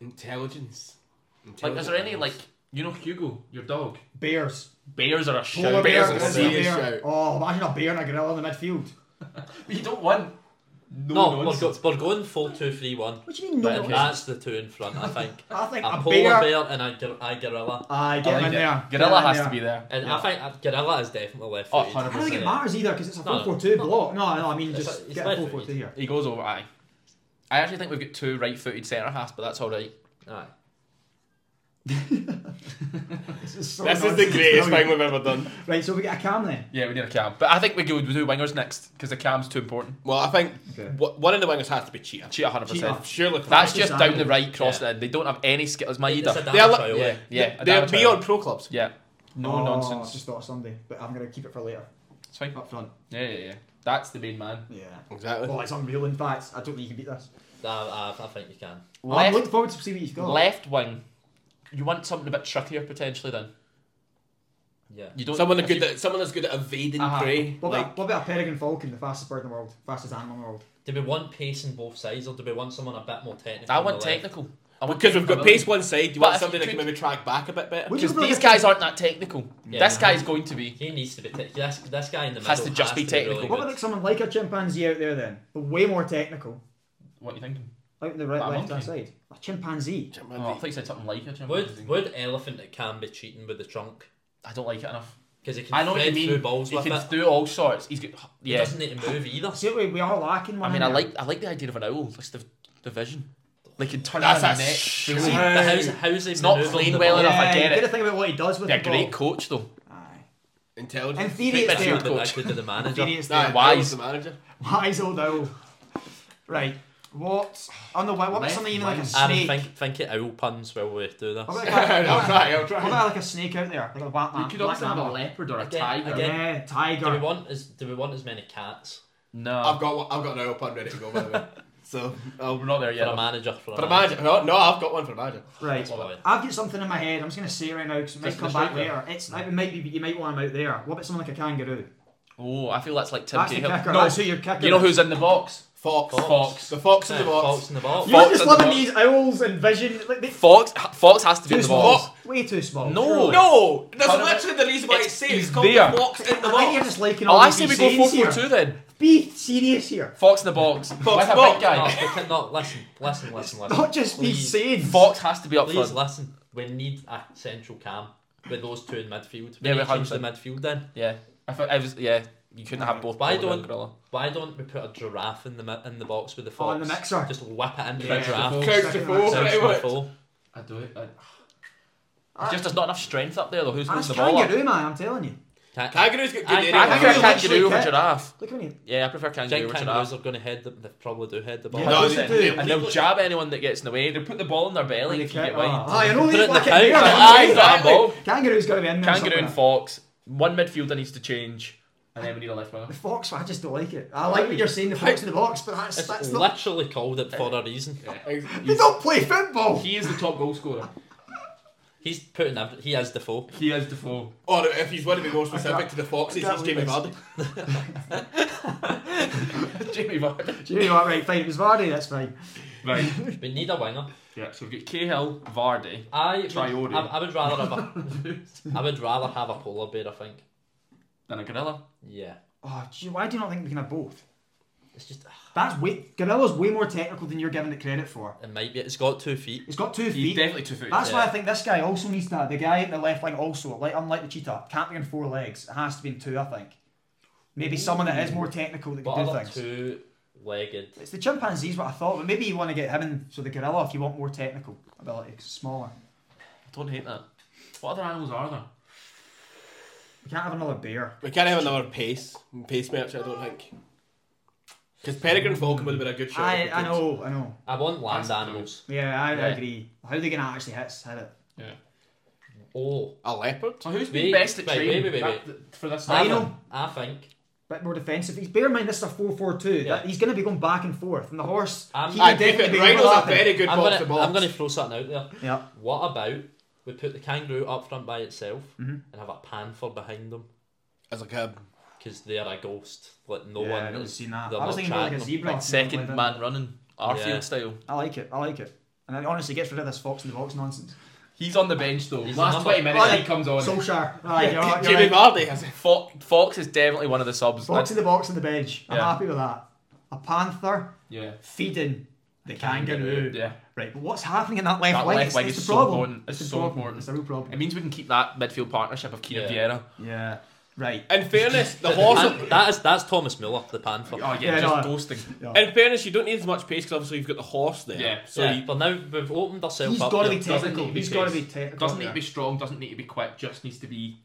B: Intelligence.
A: Like, is there any like
B: Intelligence.
A: you know Hugo, your dog?
D: Bears.
A: Bears are a shit.
D: Polar bear,
B: bears are
D: grizzly
B: serious
D: bear.
B: shout.
D: Oh, imagine a bear and a gorilla in the midfield.
A: You don't want.
C: No,
A: No,
C: we're,
A: nonsense.
C: go, we're going four two three one.
D: What do you mean no?
C: But
A: okay.
C: that's the two in front, I think.
D: I think
C: A
D: a,
C: polar
D: bear.
C: bear, and a, gor- a gorilla.
D: Aye,
A: I
D: get him
A: like
D: in
A: it.
D: there. Get
A: Gorilla
D: him in
A: has to
D: there.
A: be there.
C: And
A: Yeah.
C: I think a gorilla is definitely left
A: Oh, 100%.
C: footed.
D: I don't think it
A: Yeah.
D: matters either because it's a
C: No, no.
D: 4 4 2 block. No, no, I mean,
C: It's
D: just
C: like- it's
D: get
C: like
D: a 4 4 2 here.
A: He goes over. Aye. I actually think we've got two right-footed centre halves, but that's all right.
C: Aye.
B: This is the greatest thing we've ever done.
D: Right, so we get a cam then.
A: Yeah, we need a cam, but I think we go we do wingers next because the cam's too important.
B: Well, I think
D: Okay.
B: wh- one of the wingers has to be Cheetah.
A: Cheetah, hundred
D: Cheetah.
A: percent.
B: Surely.
A: That's
D: That's
A: just
D: just
A: down the
D: Adam.
A: right crossing. in. They don't have any skills. My
C: It's a
A: either.
C: damn
B: They're like-
C: trial,
A: Yeah,
C: eh?
A: yeah.
B: They're
A: Adam's
B: beyond
A: right.
B: pro clubs.
A: Yeah, no
D: Oh,
A: nonsense.
D: It's just thought of Sunday, but I'm going to keep it for later.
A: It's fine.
D: Up front.
A: Yeah, yeah, yeah. That's the main man.
D: Yeah.
B: Exactly.
D: Well, it's unreal, in fact. I don't think you can beat this.
C: I, I, I think you can.
D: I'm
A: Left,
D: looking forward to see what you've got.
A: left wing. You want something a bit trickier potentially then.
C: Yeah.
A: You don't.
B: Someone
A: if
B: good
A: you-
B: at someone that's good at evading
A: Uh-huh.
B: prey.
D: What,
B: Like
D: about, what about a peregrine falcon, the fastest bird in the world, fastest animal in the world?
C: Do we want pace on both sides, or do we want someone a bit more technical?
A: I
C: on the
A: want
C: left?
A: technical. I want
B: because we've got
A: technical.
B: pace one side,
A: But
B: you want
A: if
B: somebody
A: you
B: that can
A: could-
B: maybe track back a bit better.
D: Would you
A: Because
D: prefer-
A: these guys aren't that technical.
C: Yeah.
A: This guy's going to be.
C: He needs to be technical. This, this guy in the middle
A: Has to just be
C: to
A: technical.
D: What about
C: Really
D: like
C: good.
D: someone like a chimpanzee out there then, but way more technical,
A: What are you thinking?
D: out in the right,
A: Like a
D: left
A: monkey.
D: hand side? A chimpanzee.
A: Oh, I thought you said something like it. Jim.
C: Would would elephant it can be cheating with the trunk
A: I don't like it enough.
C: because it can
A: I know what
C: thread
A: you
C: through
A: mean.
C: balls
A: He
C: with
A: can
C: it.
A: do all sorts. He's got.
C: It
A: Yeah.
C: doesn't need to move either.
D: See, we, we are lacking one.
A: I mean,
D: in
A: I
D: there.
A: like I like the idea of an owl. Just the the vision. They can turn
B: That's
A: around
B: a
A: the neck.
B: sh-
A: Really-
B: Yeah.
C: But how's how's he
A: It's not
C: manoeuvring
A: playing
C: the
A: well
C: ball?
A: enough. I
D: Yeah,
A: get
D: you
A: it.
D: gotta think about what he does with
A: They're a
D: the
A: great
D: ball.
A: coach though.
D: Aye. In
B: Intelligence.
D: theory, it's
A: midfield
D: there.
A: coach.
C: Actually, to the
D: In
C: manager.
D: theory, it's
B: Nah,
D: there.
B: wise
A: Wise.
B: the manager.
D: Wise old owl. Right. What? On the way, what about
A: Left,
D: something even like a
A: right.
C: Aaron,
D: snake?
C: Um, think think it owl puns while we do this.
D: What about, like, a-
B: I'll try. I'll
D: what
B: try.
D: about like a snake out there? Ah, Like a black man. black mamba.
A: leopard or a
C: Again, tiger. again.
D: Yeah,
C: Do we
D: tiger.
C: want as do we want as many cats
A: No,
B: I've got one- I've got an open ready to go by the way. So I'll
A: we're not there yet.
C: for a manager for a
B: for the
C: manager?
B: manager. No, no, I've got one for the manager.
D: Right.
C: Well,
D: I've got something in my head. I'm just gonna say it right now because it might
A: Just
D: come
A: the
D: back
A: striker.
D: later. It's it might be, but you might want him out there. What about something like a kangaroo?
A: Oh, I feel that's like Tim
D: That's the
A: Cahill.
D: kicker.
A: No,
D: That's who you're kicking.
A: you know who's in the box?
B: Fox.
C: Fox.
B: The fox in
C: yeah,
B: the
C: Fox
B: box.
C: in the box.
D: You're
A: Fox
D: just
A: in the
D: loving
A: box.
D: these owls and vision. Like they,
A: Fox. Fox has to be
D: too
A: in the
D: small.
A: box.
D: Way too small.
A: No.
D: surely.
B: No, Oh, that's
A: Turn it-
B: literally the reason why
A: it's-
B: it's safe. It's
A: he's
B: called
A: there.
B: the box in the
D: I think you're
B: box.
D: just liking
A: Oh,
D: all
A: I
D: these
A: say we go
D: sayings
A: four four
D: here.
A: two then.
D: Be serious here.
A: Fox in the box. With a
B: box.
A: big
C: No,
A: guy.
C: we cannot listen, listen, listen, listen.
D: Not just be
C: Please.
D: saying.
A: Fox has to be up
C: Please
A: front.
C: listen. We need a central cam with those two in midfield. We
A: Yeah,
C: need to
A: we
C: change the midfield then.
A: Yeah. I thought I was. Yeah. You couldn't have both.
C: Why
A: Polar and
C: don't-
A: Gorilla.
C: Why don't we put a giraffe in the mi- in the box with the
D: Oh,
C: fox?
D: in the mixer.
C: Just whip it into
D: Yeah.
C: the giraffe.
B: Couch to
D: Second
B: four,
D: match.
B: pretty
C: Couch
B: much.
C: to full.
A: I do it.
D: I-
A: Just there's not enough strength up there though. Who's
D: That's
A: holding the ball? up?
D: kangaroo, man. I'm telling you.
C: Ca-
B: Kangaroo's got good
C: I-
B: area.
C: I
A: I
B: cover.
A: prefer
D: Kangaroo looks
A: kangaroo
D: like
A: over
D: that.
A: giraffe.
D: Look at me.
A: Yeah, I prefer
C: I
A: kangaroo
C: think
A: over giraffe.
C: kangaroos are going to head. The, they probably do head the ball.
D: Yeah.
B: No,
D: they
B: they,
D: do.
B: they,
A: And they'll jab anyone that gets in the way. They put the ball in their belly if you get wide.
D: Ah, you know
C: Put
D: these
C: it in the
D: fucking
C: pouch.
D: here,
A: Aye,
D: man.
A: that ball.
D: Kangaroo's got to be in there.
A: Kangaroo and
D: somewhere.
A: Fox. One midfielder needs to change, and then we need a left winger.
D: The fox, I just don't like it. I like what you're saying, the fox in the box, but that's
C: It's
D: that's not.
C: literally called it for a reason.
D: They don't play football.
A: He is the top goal scorer.
C: He's putting every, he has the foe.
A: He is the foe.
B: Or if he's want to be more
D: I can't-
B: specific to the Foxes,
D: I can't
B: he's Jamie
D: believe
B: Vardy.
A: Jamie Vardy.
D: Do you know what? Right, fine. It was Vardy. That's fine.
A: Right.
C: We need a winger.
A: Yeah. So we've got Cahill, Vardy.
C: I would,
A: Traore.
C: I, I would rather have a I would rather have a polar bear. I think.
A: Then a gorilla.
C: Yeah.
D: Oh, gee, why do you not think we can have both?
C: It's just
D: That's way. Gorilla's way more technical than you're giving it credit for.
C: it might be. It's got two feet.
D: It's got two
A: He's
D: feet.
A: definitely two footed.
D: That's
C: Yeah.
D: why I think this guy also needs to. The guy at the left wing also, like unlike the cheetah, can't be on four legs. It has to be in two. I think. Maybe someone that is more technical that
C: But
D: can do
C: other
D: things.
C: two legged.
D: It's the chimpanzees, what I thought, but maybe you want to get him in, so the gorilla, if you want more technical ability, 'cause it's smaller.
A: Don't hate that. What other animals are there?
D: You can't have another bear.
B: We can't have another pace. Pace match, I don't think. Because Peregrine Falcon would have been a good shot.
D: I,
B: if we
D: I
B: could.
D: know, I know.
C: I want land
A: That's cool.
C: animals.
D: Yeah, I,
C: Yeah.
D: I agree. How are they going to actually hit, hit it?
C: Oh,
B: A leopard?
A: So who's
C: Wait,
A: been best at
C: wait,
A: training
C: wait, wait,
A: that- for this?
D: I
C: I
D: know.
A: season?
C: I think
D: Bit more defensive. He's, bear in mind, this is a 4 4 2.
C: Yeah.
D: He's going to be going back and forth, and the horse.
C: I'm-
D: he
B: I
D: would
B: think
D: definitely
B: that
D: be
B: Rhino's a
D: overlapping.
B: very good
C: I'm
B: box
C: gonna
B: to box.
C: I'm gonna throw something out there.
D: Yeah.
C: What about we put the kangaroo up front by itself
D: Mm-hmm.
C: and have a panther behind them
B: As like a
C: because they are a ghost. Like no
D: Yeah,
C: one.
D: I don't
C: is-
D: see that.
C: they're
D: I was
C: not
D: thinking more like a
C: tracking them.
D: zebra.
A: Like second
D: Like that.
A: man running, Arfield
C: Yeah.
A: style.
D: I like it, I like it. And it honestly gets rid of this fox in the box nonsense.
A: He's on the bench though.
C: He's
A: Last
C: number-
A: twenty minutes,
D: Right.
A: he comes on.
D: Solskjaer. Right, Oh, you're, right, you're
B: Jamie
D: right.
B: Vardy has it.
A: Fo- Fox is definitely one of the subs.
D: Fox in the box and the bench. I'm
A: Yeah.
D: happy with that. A panther
A: yeah.
D: feeding the kangaroo.
A: Yeah.
D: Right, but what's happening in that left
A: That
D: leg?
A: left
D: It's-
A: leg
D: it's
A: is
D: the
A: so
D: problem.
A: important. It's
D: the
A: so
D: problem.
A: important.
D: It's a real problem.
A: It means we can keep that midfield partnership of Keenan
C: Yeah.
A: Vieira.
D: yeah. Right.
B: In fairness, the
C: The
B: horse.
C: pan- that is that's Thomas Miller, the panther.
A: Oh yeah,
D: Yeah,
A: just
D: no.
A: ghosting.
B: In fairness, you don't need as much pace because obviously you've got the horse there.
A: Yeah.
B: So
C: So yeah,
B: you-
C: but now we've opened ourselves
D: He's
C: up.
D: got to
C: here.
D: be
A: Doesn't need
D: technical.
A: to be
D: He's got to be
A: fast.
D: technical.
A: Doesn't need to be strong. Doesn't need to be quick. Just needs to be.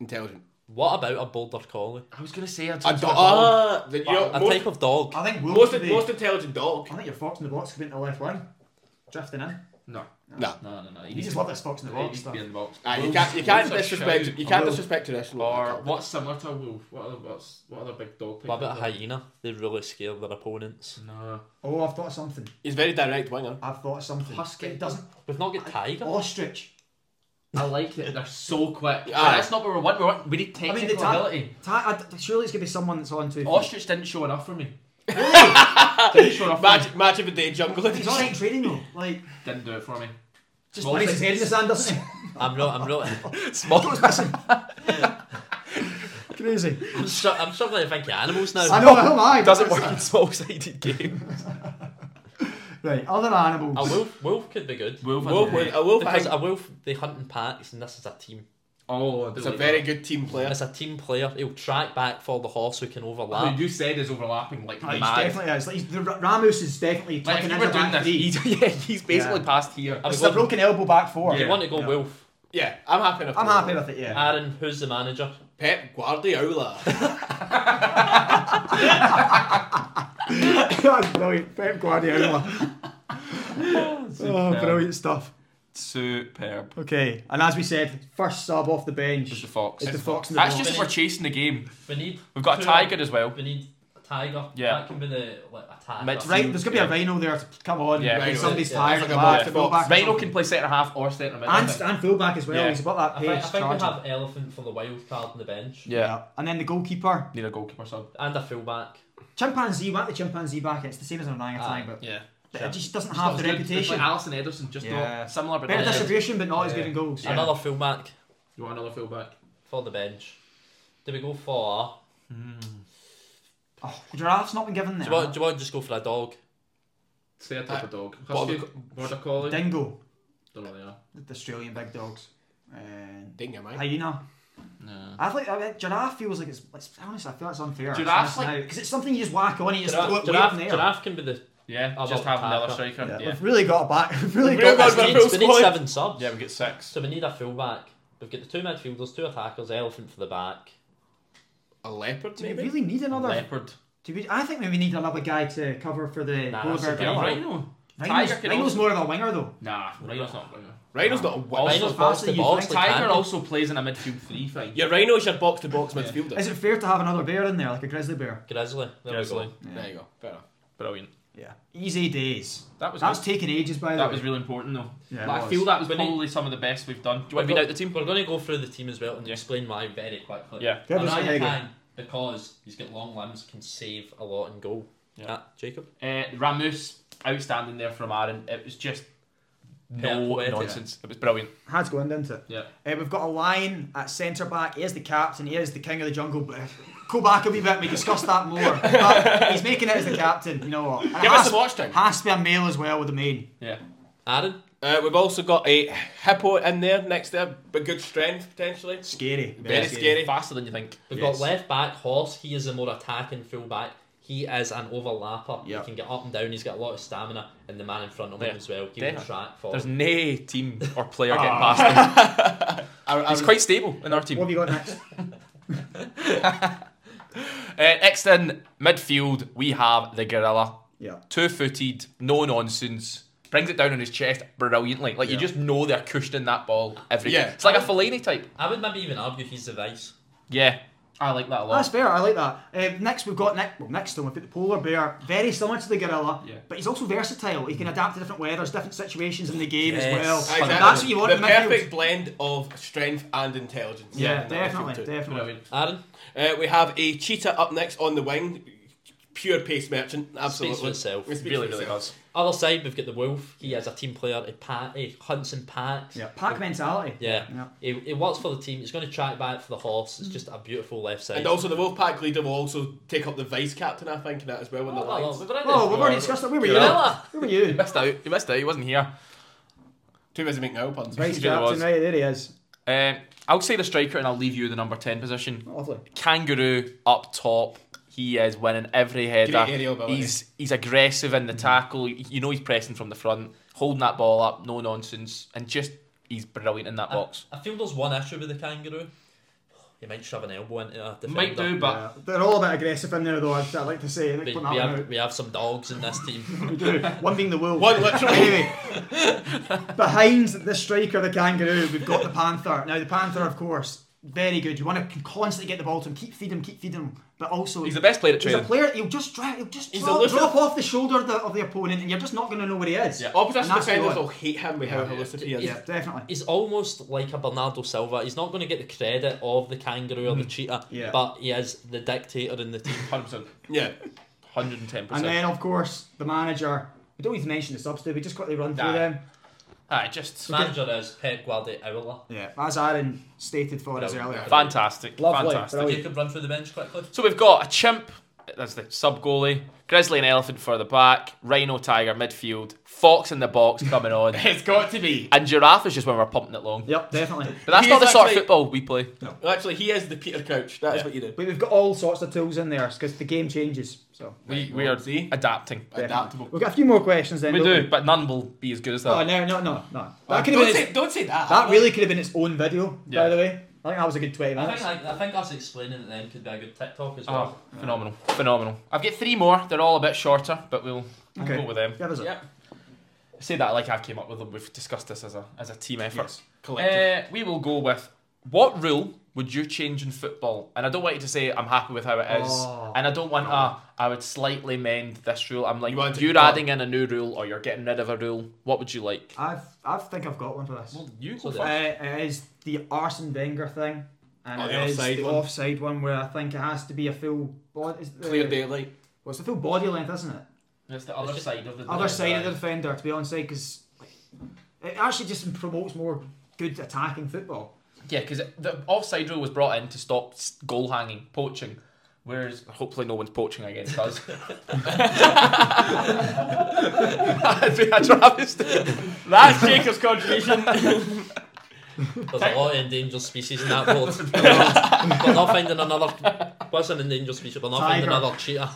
B: intelligent.
C: What about a border collie?
A: I was gonna say I'd
B: A dog. Ah, the- you know,
C: A
B: most,
C: type of dog.
D: I think Wolves
B: most,
D: would be-
B: most intelligent dog.
D: I think your fox in the box could be in the left wing, drifting in.
A: No,
B: No.
A: no, no, no. He
D: You
A: needs
D: just
A: to-
D: love this fox in the
A: he
D: box
A: needs to
D: stuff.
A: be in the box.
B: Ah, you
A: Wolves-
B: can't, you can't
A: wolves are
B: disrespect.
A: shout.
B: You can't
D: Wolves.
B: disrespect traditional.
A: Or what's similar to a wolf? What other what's what other big dog?
C: What about a
A: type is
C: hyena? They really scare their opponents.
A: there? No.
D: Oh, I've thought of something.
B: He's very direct winger.
D: I've thought of something.
A: Husky.
D: It doesn't.
C: We've not got tiger.
D: Ostrich.
A: I like that they're so quick.
B: Aye.
A: That's not what we want. We want we need
D: I
A: technical
D: mean, the
A: ability.
D: ta- ta- I d- surely it's gonna be someone that's on two. feet.
A: Ostrich didn't show enough for me. didn't show enough. For me.
B: Match, match of the day jungle.
D: He's all right training though. Like
A: Didn't do it for me.
D: just
A: Well,
D: buries his
A: it's-
D: head in the sand, doesn't he?
C: I'm real. I'm real.
A: Small.
D: Crazy.
C: I'm, str- I'm struggling to think of animals now.
D: I know. Who am I?
A: Doesn't work in small-sided games.
D: Right. Other animals.
C: A wolf. Wolf could be good.
A: Wolf.
B: Wolf,
A: and-
B: a wolf. I
C: Because
B: think
C: a wolf, they hunt in packs, and this is a team.
A: Oh, I do
B: It's a
A: like
B: very
A: that.
B: good team player.
C: It's a team player. He'll track back for the horse who can
A: Who
C: overlap.
A: you said is overlapping like
D: Oh, he's
A: mad.
D: definitely is. Like, he's, the, R- Ramos is definitely
A: Like
D: tucking
A: if you
D: in
A: were
D: the
A: doing
D: back
A: this,
D: three.
A: he's, yeah, he's basically past here.
C: I
D: It's
C: was
D: a
C: going,
D: broken elbow back four.
A: Yeah.
C: you want to go Uh,
D: Yeah.
C: wolf.
B: Yeah, I'm happy enough.
D: I'm
B: with
D: happy
B: that.
D: with it. Yeah.
C: Aaron, who's the manager?
B: Pep Guardiola.
D: That's brilliant. Pep Guardiola. oh, brilliant stuff.
A: Superb.
D: Okay, and as we said, first sub off the bench
A: Just the fox.
D: is the fox in the
A: That's
D: box.
A: just if we're chasing the game.
C: We need.
A: We've got a
C: two-
A: tiger as well.
C: We need a tiger.
A: Yeah.
C: That can be the like a tiger.
A: Mid-
D: Right, there's gonna be a rhino there to come on.
A: Yeah,
D: Yeah,
B: rhino.
D: somebody's
C: Yeah,
D: tired.
B: like
D: at
B: a
D: the back,
B: box
D: the
B: to box.
D: fullback or
A: Rhino
D: something.
A: can play centre half or centre mid. I
D: and
A: think.
D: and fullback as well.
A: Yeah.
D: He's about that
C: I
D: pace.
C: think, I think we
D: charging.
C: have elephant for the wild card on the bench
A: yeah.
D: and then the goalkeeper,
A: Need a goalkeeper sub.
C: and a fullback.
D: chimpanzee. You want the chimpanzee back? It's the same as an orangutan,
C: Aye.
D: but,
A: Yeah.
D: but it just doesn't have the reputation.
A: Alison Ederson, just
D: Yeah.
A: not similar, but
D: Better
A: not as good.
D: distribution, but not as
A: Yeah.
D: good in goals.
A: Yeah.
C: Another fullback
A: You want another fullback?
C: for the bench. Do we go for?
D: Oh, giraffe's not been given
C: Do
D: there.
C: you, want, do you want to just go for a dog?
A: Say a type of dog.
B: Border-
A: Husky, border collie.
D: Dingo,
A: Don't know what they are.
D: the Australian big dogs. Uh,
B: Dingo, mate.
D: hyena.
A: No.
D: I think I mean, giraffe feels like it's. it's honestly, I feel it's unfair.
A: Giraffe's like-
D: because it's something you just whack on. You just
C: Giraffe,
D: look
C: giraffe,
D: waving there.
C: giraffe can be the.
A: Yeah,
C: I'll
A: just
C: go with
A: have another
C: Parker.
A: striker. Yeah.
D: Yeah, We've really got a back. We've really
B: We've really got
D: got. this
B: a
C: We
B: But
C: need,
B: full
C: we need
B: squad.
C: seven subs.
A: we get six.
C: So we need a fullback. We've got the two midfielders, two attackers, elephant for the back.
B: a leopard,
D: Do we
B: maybe.
D: really need another?
C: Leopard.
D: Do we, I think we need another guy to cover for the
C: Nah,
D: Boulevard
C: that's a good
D: Gala.
C: one.
A: Rhino.
D: Rhino's,
A: Tiger can
D: Rhino's
A: also-
D: more of a winger though.
A: Nah, Rhino's not Rhino.
D: Ah.
B: Rhino's not a wild.
D: Also
C: Rhino's box
D: faster
C: to
D: you
C: box.
D: think.
C: like
A: Tiger
C: that.
A: also plays in a midfield three thing.
B: Yeah, Rhino's your box to box midfielder.
D: Is it fair to have another bear in there, like a grizzly bear?
C: Grizzly. There
A: Grizzly.
C: we go.
B: There you go. Fair enough.
A: Brilliant.
D: Yeah. Easy days.
A: That was
D: That's
A: good.
D: taken ages by the
A: that
D: way.
A: was really important though.
D: Yeah, it
A: Like, I
D: was.
A: feel that was
C: We need-
A: probably some of the best we've done. Do you
C: We're
A: want to read
C: go-
A: out the team?
C: We're going to go through the team as well and
A: Yeah.
C: explain why very quickly.
A: Yeah.
D: Give us
C: Another
D: a-
C: can, because he's got long limbs, can save a lot and goal.
A: Yeah.
C: Ah, Jacob.
A: Uh, Ramus, outstanding there from Aaron. It was just no
C: Poetic.
A: nonsense. It was brilliant.
D: Had to go in, didn't it?
A: Yeah.
D: Uh, we've got a line at centre back. He is the captain. He is the king of the jungle. But uh, go back a wee bit. We discussed that more. But he's making it as the captain. You know what? And it
B: Give us
D: has-
B: some watch time.
D: Has to be a male as well with the main.
A: Yeah.
C: Aaron.
B: Uh, we've also got a hippo in there next to him, but good strength potentially.
D: Scary.
B: Very scary.
A: Faster than you think.
C: We've
D: Yes.
C: got left back Horse. He is a more attacking full back. He is an overlapper.
D: Yeah.
C: He can get up and down. He's got a lot of stamina, and the man in front of him
A: Yeah.
C: as well. He
A: Definitely.
C: will track for.
A: There's no team or player getting past him.
B: Aaron,
A: He's
B: Aaron-
A: quite stable in our
D: What have
A: team.
D: you got next?
A: Uh, next in midfield, we have the Gorilla.
D: yeah.
A: Two footed, no nonsense. Brings it down on his chest brilliantly. Like,
D: Yeah.
A: you just know they're cushioning that ball every.
B: Yeah.
A: It's like a Fellaini type.
C: I would maybe even argue he's the vice.
A: Yeah. I like that a
D: That's fair. I like that. Um, next, we've got Nick. Well, next to him, we've got the polar bear. Very similar to the gorilla,
A: Yeah.
D: but he's also versatile. He can adapt to different weathers, different situations in the game as
C: Yes.
D: well.
B: Exactly.
D: That's what you want
B: The
D: in midfield.
B: perfect blend of strength and intelligence.
D: Yeah,
B: In that midfield
D: definitely,
B: too.
D: definitely.
A: Brilliant.
C: Aaron
B: Uh, we have a cheetah up next on the wing. Pure pace merchant, absolutely.
C: speaks for itself.
B: It speaks
A: Really,
B: for
A: really
B: itself.
A: does.
C: Other side, we've got the wolf. He is a team player. He, pa- he hunts and packs.
D: Yeah, pack mentality.
C: Yeah.
D: Yeah.
C: He, he works for the team. He's going to track back for the horse. It's just a beautiful left side.
B: And also, the Wolfpack leader will also take up the vice captain, I think, in that as well. In the
C: Oh, well,
B: lines.
C: we've already-
D: Oh, we've already discussed that. Where were you?
C: Gorilla.
D: Where were you?
A: Missed out. He missed out. He wasn't here.
B: Too busy making out puns.
D: Vice
A: He really
D: captain,
A: was.
D: right there he is.
A: Uh, I'll say the striker and I'll leave you the number 10 position.
D: Lovely.
A: Kangaroo up top. He is winning every header.
B: Great aerial ability.
A: He's he's aggressive in the tackle. You know he's pressing from the front, holding that ball up, no nonsense, and just he's brilliant in that box.
C: I feel there's one issue with the kangaroo. He might shove an elbow into a defender.
A: Might do, but
D: Yeah. They're all a bit aggressive in there, though. I'd, I'd like to say. Like,
C: We,
D: putting
C: we
D: that
C: have, we have some dogs in this team.
D: We do. One being the wolf.
B: One literally.
D: anyway, behind the striker, the kangaroo, we've got the panther. Now the panther, of course, very good. You want to constantly get the ball to him, keep feeding him, keep feeding him, but also
A: he's the best player at
D: He's a
A: training.
D: player. He'll just drop. He'll just
B: He's
D: drop,
B: elusive.
D: drop off the shoulder of the, of the opponent, and you're just not going to know where he is.
B: Yeah, opposition
D: And that's
B: defenders
D: the one.
B: will hate him with how elusive he is.
D: Yeah, definitely.
C: He's almost like a Bernardo Silva. He's not going to get the credit of the kangaroo or the cheetah,
D: Mm. Yeah.
C: but he is the dictator in the team.
A: 100%.
B: Yeah.
A: 110%.
D: And then, of course, the manager. We don't even mention the subs, do we? Just quickly run through
A: Nah.
D: them.
A: Aye, Ah, just
C: Manager is Pep Guardiola.
D: Yeah, as Aaron stated for us
C: Yeah.
D: earlier.
A: fantastic.
D: Lovely,
A: Fantastic.
D: brilliant.
C: Jacob, run through the bench quickly.
A: So we've got a chimp, that's the sub goalie, grizzly and elephant for the back, rhino, tiger, midfield, fox in the box coming on,
B: It's got to be.
A: and giraffe is just when we're pumping it long.
D: Yep, definitely.
A: But that's
B: He
A: not
B: is
A: the sort of
B: actually-
A: football we play.
B: Well, actually, he is the Peter Crouch. That is
A: Yeah.
B: what you do.
D: But we've got all sorts of tools in there because the game changes. So
A: We, we are
B: See?
A: adapting.
B: Adaptable.
D: We've got a few more questions then.
A: We
D: don't
A: do, but none will be as good as that.
D: Oh no, no, no, no. That
B: Don't
D: could have been.
B: say,
D: its-
B: don't say that.
D: that really could have been its own video.
A: Yeah.
D: By the way, I think that was a good twenty
C: I
D: minutes.
C: think, I, I think us explaining it then could be a good TikTok as
B: Ah.
A: Oh,
C: well.
A: phenomenal, phenomenal. I've got three more. They're all a bit shorter, but we'll, we'll
D: Okay.
A: go with them.
D: Give us it.
B: Yep.
A: Say that like I've came up with them. We've discussed this as a as a team effort.
B: Collective.
A: Uh, we will go with what rule would you change in football? And I don't want you to say I'm happy with how it is,
D: Oh.
A: and I don't want a I would slightly mend this rule. I'm like
B: You want to-
A: you are adding in a new rule or you're getting rid of a rule. What would you like?
D: I've, I think I've got one for this.
A: you
C: go
D: Uh, it is the Arsene Wenger thing, and
B: Oh,
D: it
B: the
D: is
B: offside
D: the
B: one.
D: offside one where I think it has to be a full body. is the-
B: Uh, Clear daylight.
D: Well, it's a full body length, isn't it?
A: That's the other
C: just-
A: side of the
D: Other side of the defender to be onside because it actually just promotes more good attacking football.
A: Yeah, because the offside rule was brought in to stop s- goal hanging, poaching. Whereas hopefully no one's poaching against us. That'd be a travesty.
B: That's Jacob's contribution.
A: Uh,
C: There's a lot of endangered species in that world. We're not finding another. What's an endangered species? We're not finding
D: Tiger.
C: another cheetah.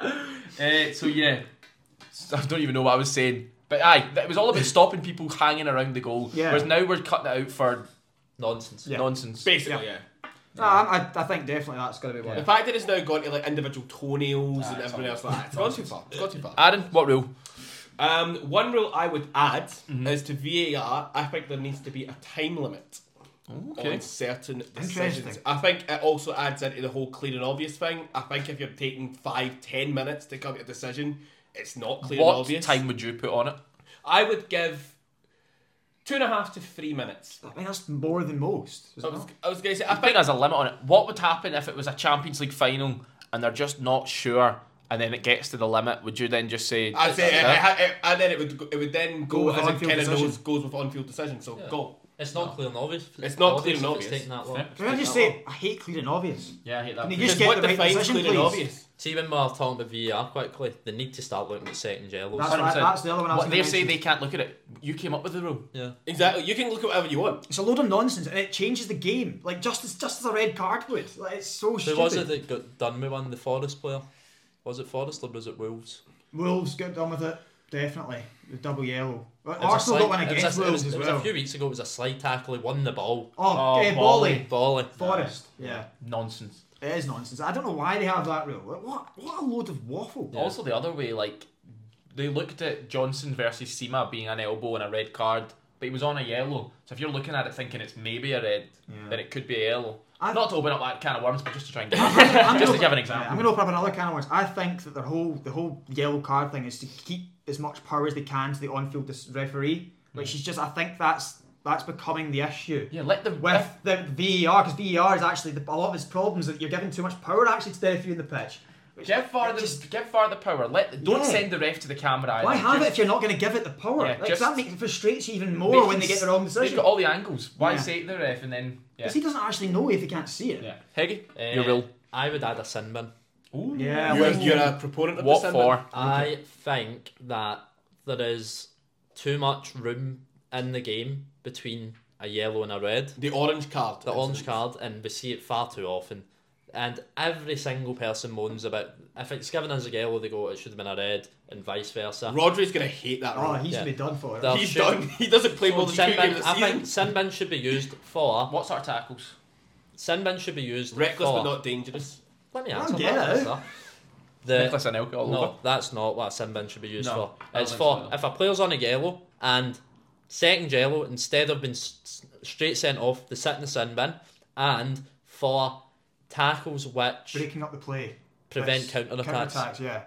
A: Uh, so yeah, S- I don't even know what I was saying. But aye, it was all about stopping people hanging around the goal.
D: Yeah.
A: Whereas now we're cutting it out for
C: Nonsense.
D: Yeah.
A: nonsense.
B: Basically, yeah.
D: No, I'm, I, I think definitely that's going to be one.
B: The fact that it's now gone to like individual toenails and
D: it's
B: everything else like that, it's gone too far. It's gone too far.
A: Aaron, what rule?
B: Um, one rule I would add
D: Mm-hmm.
B: is to VAR, I think there needs to be a time limit on certain decisions.
D: Oh, Interesting.
B: I think it also adds into the whole clear and obvious thing. I think if you're taking five, ten minutes to come to a decision, it's not clear
A: What
B: and obvious.
A: time would you put on it?
B: I would give two and a half to three minutes.
D: I mean, that's more than most. Is
B: I
D: it
B: was,
D: not?
B: I was going to say, I
A: I think
B: think
A: there's a limit on it. What would happen if it was a Champions League final and they're just not sure, and then it gets to the limit? Would you then just say?
B: I'd say, uh,
A: "That's
B: it,
A: it"?
B: it, and then it would, go- it would then go,
D: with
B: as it
D: on-field
B: kind of
D: decision.
B: knows, goes with on-field decision. So
C: Yeah.
B: go.
C: It's not clear and obvious.
B: It's not clear and
C: if
B: obvious.
C: It's taking that long.
A: Fair.
D: Can I just say, I hate clear and obvious.
A: Yeah, I hate that.
D: Can you
A: phrase.
D: just
B: Because what
D: get the right
B: defines
D: decision,
B: clear and
D: please?
B: obvious?
C: See, when we're talking about VAR quite quickly, they need to start looking at second yellows.
D: That's, right,
A: 100%.
D: that's the other one I was
A: What
D: gonna
A: they say
D: mention.
A: they can't look at it. You came up with the rule.
C: yeah.
B: Exactly. You can look at whatever you want.
D: It's a load of nonsense and it changes the game. Like, just as, just as a red card would. Like, it's so
C: Who
D: stupid.
C: was it that got done with one? The Forest player? Was it Forest or was it Wolves?
D: Wolves got done with it, definitely. The double yellow. But
C: It was a
D: Arsenal got one
C: slide- it was
D: against
C: a- it was-
D: Wolves as
C: It was a
D: well.
C: few weeks ago, it was a slide tackle, he won the ball.
D: Oh,
A: Oh,
D: eh,
A: volley.
D: volley.
C: Volley.
D: Forest. Yeah.
A: Nonsense.
D: It is nonsense. I don't know why they have that rule. Like, What what a load of waffle.
A: Also, the other way, like they looked at Johnson versus Seema being an elbow and a red card, but he was on a yellow. So if you're looking at it thinking it's maybe a red, then it could be a yellow.
D: I-
A: Not to open up that can of worms, but just to try and get
D: I'm
A: just to
D: gonna-
A: give an
D: I'm
A: example.
D: going to open up another can of worms. I think that the whole the whole yellow card thing is to keep as much power as they can to the on-field dis- referee. Like she's just, I think that's that's becoming the issue
A: Mm. Yeah, let the
D: with the VAR because VAR is actually the, a lot of his problems that you're giving too much power actually to the referee in the pitch. Which,
A: give far the
D: Just-
A: give far the power. Let the, don't
D: Yeah.
A: send the ref to the camera. Either.
D: why have it
A: Just-
D: if you're not going to give it the power?
A: Yeah,
D: like,
A: just-
D: that makes it frustrates you even
A: they
D: more when
A: can
D: they get the
A: s-
D: wrong
A: They've
D: decision
A: got all the angles. Why
D: Yeah.
A: say it to the ref and then yeah,
D: because he doesn't actually know if he can't see it.
A: yeah. Heggy,
C: Uh,
A: your rule.
C: I would add a sin bin.
D: Yeah,
B: You're,
D: like-
B: you're a proponent of
A: What
B: the
A: for?
C: I think that there is too much room in the game between a yellow and a red.
B: The orange card.
C: the orange card, and we see it far too often. And every single person moans about if it's given as a yellow, they go it should have been a red, and vice versa.
B: Rodri's gonna hate that.
D: Oh,
B: rule.
D: he's
C: Yeah.
D: gonna be done for.
A: Oh,
C: The-
B: he's
C: shit.
B: done. He doesn't play more than two
C: Sin
B: games
C: bin,
B: a
C: I
B: season.
C: think sin bin should be used for
A: What sort of tackles?
C: sin bin should be used
B: Reckless
C: for,
A: Oh.
B: but not dangerous.
C: Let me answer
D: get
C: that.
D: it
C: sir. The,
A: Uh, Nicholas and Elka all over.
C: no, that's not what a sin bin should be used
A: No,
C: for.
A: I
C: It's
A: don't
C: for
A: think so.
C: if a player's on a yellow and second yellow instead of being s- s- straight sent off, they sit in the sin bin, and for tackles which
D: breaking up the play,
C: prevent
D: That's-
C: counterattacks.
D: counterattacks, Yeah,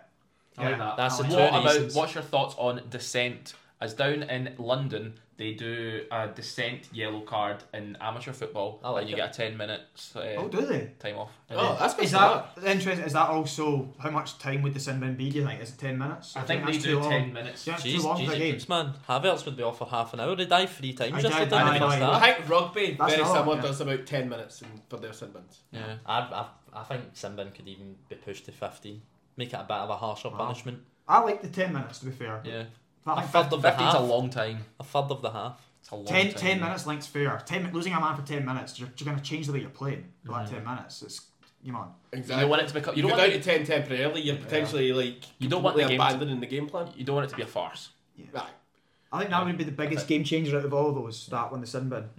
A: I like
D: Yeah.
A: that.
C: That's
D: I
C: the
D: like
C: two
D: that.
A: What about
C: reasons.
A: what's your thoughts on dissent? As down in London, they do a dissent yellow card in amateur football,
C: I like
A: and you
C: it.
A: get a ten minutes uh,
D: Oh, do they?
A: time off.
B: Oh, that's good.
D: Is that interesting? Is that also how much time would the sin bin be? Do you think is it ten minutes?
A: I think they
D: that's
A: do
D: too long.
A: ten minutes.
D: Yeah, it's too
C: Jeez,
D: long for
C: Jeez,
D: a game.
C: Jeeps, man. Havertz would be off for half an hour. He died three times.
D: I
C: just
D: died-
C: to
D: I
C: do
D: died.
C: that.
B: I think rugby,
D: That's
B: very
D: not-
B: similar,
D: yeah.
B: does about 10 minutes in, for their sin bins.
A: Yeah.
C: I, I, I think Simbin could even be pushed to 15. Make it a bit of a harsher punishment.
D: I like the ten minutes to be fair.
A: Yeah,
D: I
C: A
D: think
C: third of the
A: fifteen's
C: half.
A: a long time.
C: A third of the half.
A: It's a long
D: 10,
A: time.
D: 10 minutes links fair. Ten mi- losing a man for ten minutes, you're, you're going to change the way you're playing for that ten minutes. It's you know.
A: You
B: Exactly.
A: don't want it to become. You
B: You
A: don't
B: go
A: want
B: down to
A: it,
B: 10 temporarily, you're potentially like
A: You don't want the
B: completely
A: game to-
B: abandoning the game plan.
A: you don't want it to be a farce.
B: Right.
D: I think that would be the biggest game changer out of all those. That one, the sin bin.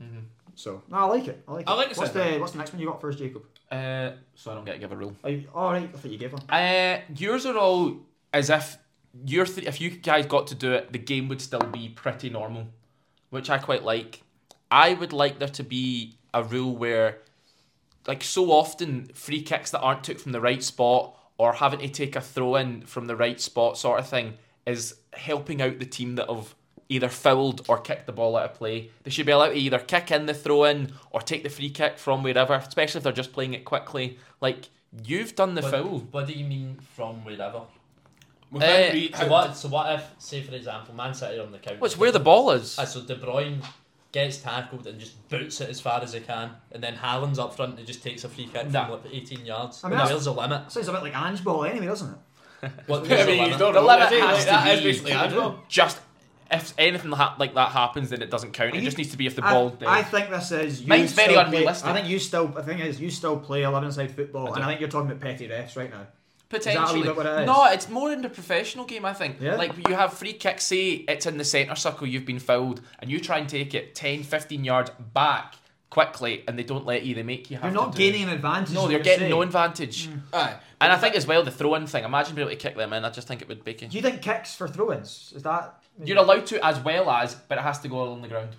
D: So no, I like it. I like it.
B: I like the
D: what's
B: sin bin.
D: the what's the next one you got first, Jacob?
A: Uh, so I don't get to give a rule.
D: Are you, all right, I think you gave one.
A: Uh, yours are all as if your th- if you guys got to do it, the game would still be pretty normal, which I quite like. I would like there to be a rule where, like so often, free kicks that aren't took from the right spot or having to take a throw in from the right spot, sort of thing, is helping out the team that have either fouled or kicked the ball out of play. They should be allowed to either kick in the throw in or take the free kick from wherever, especially if they're just playing it quickly. Like you've done the foul.
C: What do you mean from wherever?
B: Within
A: Eh,
B: re-
C: So what, so what if, say for example, Man City are on the counter?
A: Well, it's where the ball is.
C: Ah, so De Bruyne gets tackled and just boots it as far as he can, and then Haaland's up front and just takes a free kick
A: Nah.
C: from like 18 yards.
D: I mean,
C: Where's the limit?
D: Sounds a bit like Ange Ball anyway, doesn't it?
C: What,
B: I
C: where's the
B: mean, you
C: limit?
B: don't
A: The
B: know,
A: limit
B: is it?
A: has
B: Like,
A: to
B: that is
A: be-
B: basically
D: Oh.
B: Admiral.
A: Just if anything ha- like that happens, then it doesn't count. It
D: you-
A: just needs to be if the
D: I-
A: ball.
D: I,
A: does.
D: think this is you
A: Mine's very
D: still play-
A: unrealistic.
D: I think you still. The thing is, you still play eleven-side football, and I think you're talking about petty refs right now. that a
A: Potentially,
D: wee bit what it is?
A: no. It's more in the professional game. I think.
D: Yeah.
A: Like you have free kicks. Say it's in the centre circle. You've been fouled, and you try and take it 10, 15 yards back. quickly and they don't let you, they make you have
D: You're
A: to
D: not
A: do-
D: gaining an advantage.
A: No,
D: is
A: you're
D: what
A: getting
D: saying. Mm.
A: no advantage.
B: Aye.
A: And I think as well the throw-in thing. Imagine being able to kick them in. I just think it would be.
D: You think kicks for throw-ins? Is that?
A: You're allowed to as well as, but it has to go on the ground.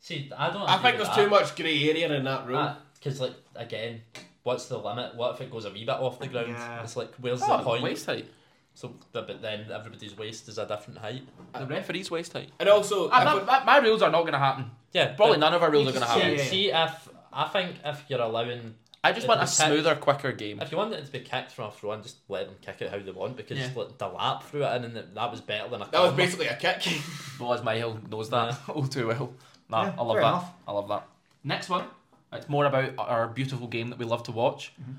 C: See, I don't.
B: I think there's too much grey area in that
A: Ah.
B: rule.
C: Because Uh, like again, what's the limit? What if it goes a wee bit off the ground?
D: Yeah.
C: It's like where's
A: Oh,
C: the point?
A: waist height.
C: So, but but then everybody's waist is a different height.
A: The referee's waist height.
B: And also, I
A: I'm not-
B: put-
A: my, my rules are not going to happen.
C: Yeah,
A: Probably
C: but
A: none of our rules are
C: you
A: going to
C: see-
A: happen.
D: Yeah, yeah.
C: See if I think if you're allowing,
A: I just want a
C: It's the
A: smoother, quicker game.
C: if you want it to be kicked from a throw in, just let them kick it how they want because
A: Yeah.
C: like, the lap threw it in and that- that was better than a.
B: that was
C: corner.
B: basically a kick.
A: Boaz Myhill knows that all too well. Nah,
D: Yeah,
A: I love
D: fair
A: that.
D: enough.
A: I love that. Next one. It's more about our beautiful game that we love to watch.
D: Mm-hmm.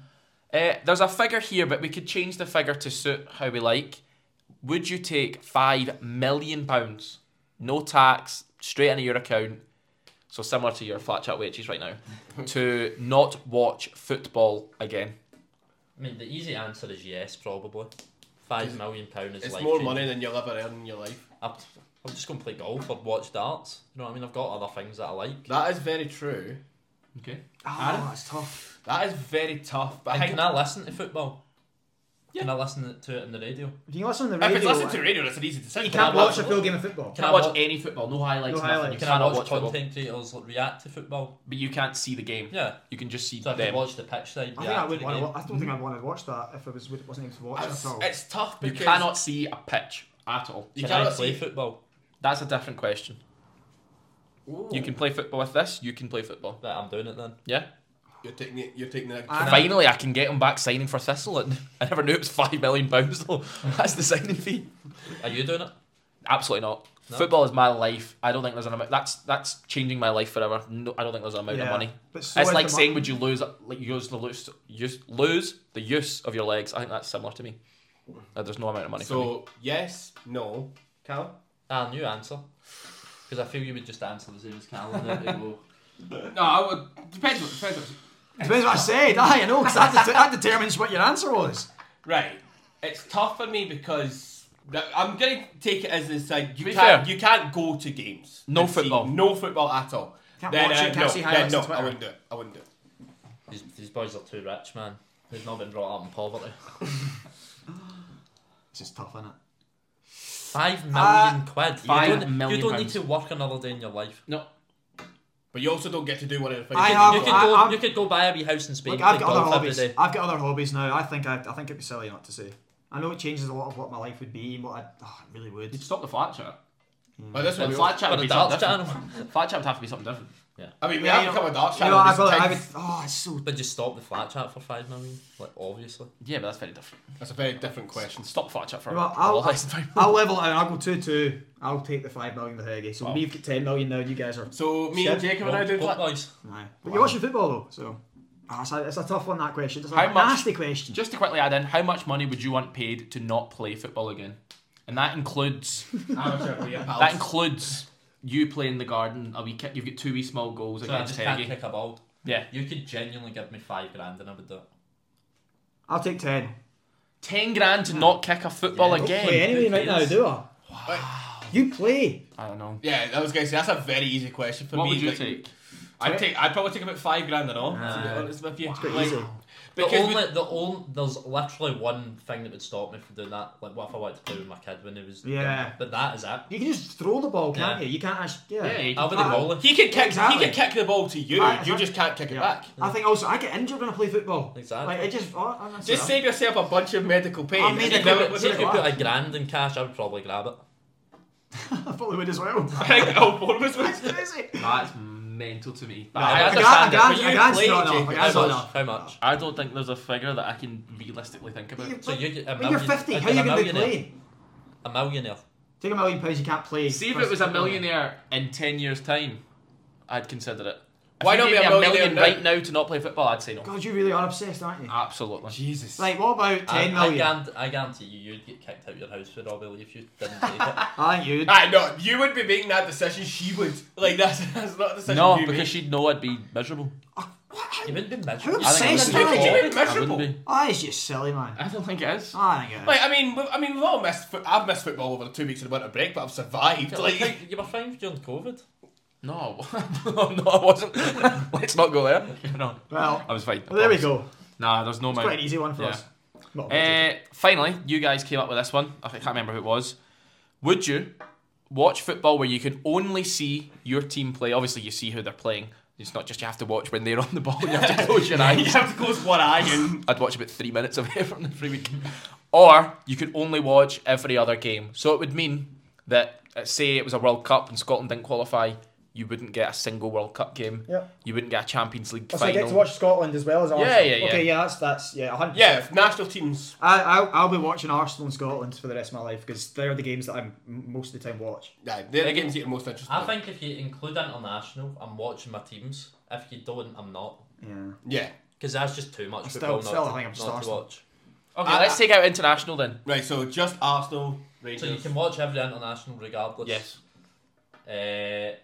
A: Uh, there's a figure here, but we could change the figure to suit how we like. Would you take five million pounds, no tax, straight into your account? So similar to your flat chat wages right now, to not watch football again.
C: I mean, the easy answer is yes, probably. Five million pound is
B: It's
C: like
B: more money than you'll ever earn in your life.
C: I'm, I'm just gonna play golf or watch darts. You know what I mean? I've got other things that I like.
B: That is very true.
A: Okay.
D: Oh, that's tough.
B: That is very tough. But I
C: And
B: think
C: can I listen to football? Can I listen to it on the radio?
D: If you listen to the
B: if
D: radio,
B: it's listened to radio, it's an easy
D: you
B: decision.
D: can't
C: I
D: watch
C: watch
D: a full game of football.
C: Can
A: Can't
C: I
A: watch
C: watch-
A: any football, no highlights,
D: No
A: nothing.
D: highlights.
A: You
C: Can
A: cannot
C: I watch,
A: watch football,
C: content creators react to football?
A: but you can't see the game.
C: Yeah.
A: You can just see
C: So I
A: them.
C: can watch the pitch side.
D: I think
C: react
D: I would
C: to the
D: want to.
C: game.
D: Watch, I don't think I'd want to watch that if I was wasn't able to watch it
B: It's,
D: at all.
B: it's tough
A: You
B: because
A: cannot see a pitch at all.
B: You
C: Can I
B: cannot
C: play
B: see.
C: football?
A: That's a different question. You can play football with this. You can play football.
C: But I'm doing it then.
A: Yeah.
B: You're taking it. You're taking it.
D: I know.
A: Finally, I can get him back signing for Thistle. And I never knew it was five million pounds though. That's the signing fee.
C: Are you doing it?
A: Absolutely not.
C: No.
A: Football is my life. I don't think there's an amount. That's that's changing my life forever. No, I don't think there's an amount of
D: Yeah,
A: money.
D: but so
A: it's
D: is
A: like
D: the
A: saying,
D: mon-
A: would you lose like use the lose use lose the use of your legs? I think that's similar to me. Uh, there's no amount of money for me.
B: So yes, no, Cal.
C: Ah, new answer. Because I feel you would just answer the same as Cal and then they go.
B: No, I would. Depends. What, depends. What,
D: Depends what I said. Aye, I know because that, det- that determines what your answer was.
B: right. It's tough for me because that- I'm gonna take it as this. Like, you
A: be
B: can't.
A: fair.
B: You can't go to games.
A: No
B: and see
A: football.
B: no football at all.
D: Can't
B: then,
D: watch
B: uh,
D: it, can't
B: no,
D: see
B: then
D: highlights
B: no,
D: on Twitter.
B: I wouldn't do it. I wouldn't do it.
C: These, these boys are too rich, man. They've not been brought up in poverty.
D: It's just tough, innit?
C: Five million
D: Ah,
C: quid.
A: five
C: you don't,
A: million
C: You don't
A: pounds.
C: need to work another day in your life.
A: No,
B: But you also don't get to do one of the things.
D: I
B: you
D: have-
B: do.
C: you could
D: I-
C: go.
D: I'm-
C: you could go buy a wee house in Spain.
D: Look,
C: and
D: I've
C: play
D: got other
C: golf every
D: hobbies.
C: day.
D: I've got other hobbies now. I think I, I think it'd be silly not to say. I know it changes a lot of what my life would be and what I, oh, I really would.
A: you'd stop the flat chat.
B: But this one,
A: The flat chat
C: But
A: would
C: a
A: be
C: darts
A: something different.
C: channel.
A: Flat chat would have to be something different.
B: I mean, we
D: Yeah,
B: have
D: you know-
B: become a dark
D: You
B: channel.
D: know, I,
B: these
D: got, I would.
B: things.
D: Oh, it's so.
C: But just stop the flat chat for five million. Like obviously.
A: Yeah, but that's very different.
B: That's a very different question.
A: Stop flat chat for
D: Well,
A: for
D: I'll,
A: all this time.
D: I'll level it out. I'll go two two. I'll take the five million with Heggy. So we've got ten million now. You guys are.
B: So me and
D: Shit.
B: Jacob and I
C: Go-
B: do
C: go
B: flat.
C: boys.
D: Aye. But you're watching football though, so. Ah, it's, a, it's a tough one that question. It's a
A: How much-
D: nasty question.
A: Just to quickly add in, how much money would you want paid to not play football again? And that includes
B: Amateur beer pals.
A: that includes you playing the garden. A wee kick. You've got two wee small goals
C: So I
A: against
C: just can't
A: Heggy.
C: kick a ball.
A: Yeah,
C: You could genuinely give me five grand and I would do it.
D: I'll take ten.
A: ten grand to not kick a football
C: Yeah.
A: again.
D: play anyway
C: who
D: right now,
C: cares?
D: do I? You play.
A: I don't know.
B: Yeah, I was gonna say that's a very easy question for
A: What
B: me.
A: would you
B: like,
A: take? Ah.
B: I'd take. I'd probably take about five grand and all. to be
C: Aye.
B: honest with you,
D: pretty
B: Like,
D: easy.
B: because
C: the only,
B: we-
C: the only, there's literally one thing that would stop me from doing that. Like, what if I wanted to play with my kid when he was?
D: Yeah.
C: But that is it.
D: You can just throw the ball, can't
C: Yeah.
D: you? You can't actually. Yeah.
A: Yeah, you
C: I'll be the
D: I-
C: goalie.
B: he can kick.
D: Exactly.
B: He can kick the ball to you.
D: Aye,
B: you
D: aye.
B: just can't kick it
D: Yeah.
B: back.
D: I think also I get injured when I play football.
C: Exactly.
D: Like it just. Oh, I'm not
B: Just
D: sure.
B: save yourself a bunch of medical pain.
D: I made
B: You
D: a
B: never-
D: good-
B: was
C: See
B: it-
C: if you put a grand in cash, I would probably grab it.
D: I probably would as well.
B: I think all four of us was.
D: That's oh, crazy.
A: That's mental to me. But
D: No,
A: I,
D: I
A: understand it.
D: got- I got-
B: but
D: I
B: you
D: can't
B: played,
D: start off,
B: Jacob.
D: I can't
C: How
B: That's all.
D: start
C: much?
D: off.
C: How much?
A: I don't think there's a figure that I can realistically think about.
D: You-
C: So you get a
D: when you're
C: million-
D: 50,
C: I
D: how are
C: get
D: you
C: a
D: going to be
C: millionaire.
D: playing?
C: A millionaire.
D: Take a million pounds, you can't play.
A: See if
D: first
A: it was a
D: football.
A: millionaire in ten years' time, I'd consider it. If
B: Why
A: you
B: not
A: gave
B: be a
A: me
B: millionaire
A: million right now to not play football? I'd say no.
D: God, you really are obsessed, aren't
A: Uh,
D: you?
A: Absolutely.
B: Jesus.
D: Like, what about
C: I,
D: 10
C: I,
D: million? I,
C: guarantee, I guarantee you, you'd get kicked out of your house for Robbie if you didn't take it.
D: think you'd.
B: I know you would be making that decision. She would. Like that's that's not a decision.
A: No,
B: you
A: because
B: make.
A: she'd know I'd be miserable.
C: You wouldn't be
D: Who
C: miserable.
A: I think
D: obsessed
A: I
D: with
A: would
B: How could
D: it?
B: you be miserable?
A: I wouldn't be.
D: Ah, it's just silly, man.
A: I don't think it is.
D: I think it is.
B: Like I mean, we've, I mean, we've all missed. Fo- I've missed football over the two weeks of the winter break, but I've survived.
C: Like,
B: Like,
C: you were fine during COVID.
A: No, no, I wasn't. Let's not go there. No,
D: Well,
A: I was fine. I
D: there we
A: promise.
D: go.
A: Nah, there's no. It's
D: Quite an easy one for us. Not
A: Uh, finally, you guys came up with this one. I can't remember who it was. Would you watch football where you can only see your team play? Obviously, you see who they're playing. It's not just you have to watch when they're on the ball. You have to close your
B: you
A: eyes.
B: have to close one eye and
A: I'd watch about three minutes of it from every week. Or you could only watch every other game. So it would mean that, uh, say, it was a World Cup and Scotland didn't qualify, you wouldn't get a single World Cup game.
D: Yep.
A: You wouldn't get a Champions League
D: Oh, So I
A: final.
D: get to watch Scotland as well as Arsenal.
A: yeah, yeah.
D: Okay, yeah, that's that's yeah, 100.
B: yeah, if national teams.
D: I, I'll, I'll be watching Arsenal and Scotland for the rest of my life because they're the games that I'm m- most of the time watch.
B: Yeah, they're the games that you're most interested.
C: I
B: in.
C: think if you include international, I'm watching my teams. If you don't, I'm not.
D: Yeah.
B: Yeah.
C: Because that's just too much
D: Still-
C: football
D: still, I
C: not,
D: think I'm
C: to,
D: just
C: not to
D: Arsenal.
C: watch.
A: Okay,
B: I-
A: let's
B: I-
A: take out international then.
B: Right. So just Arsenal.
C: So
B: Rangers.
C: you can watch every international regardless.
A: Yes.
C: Uh,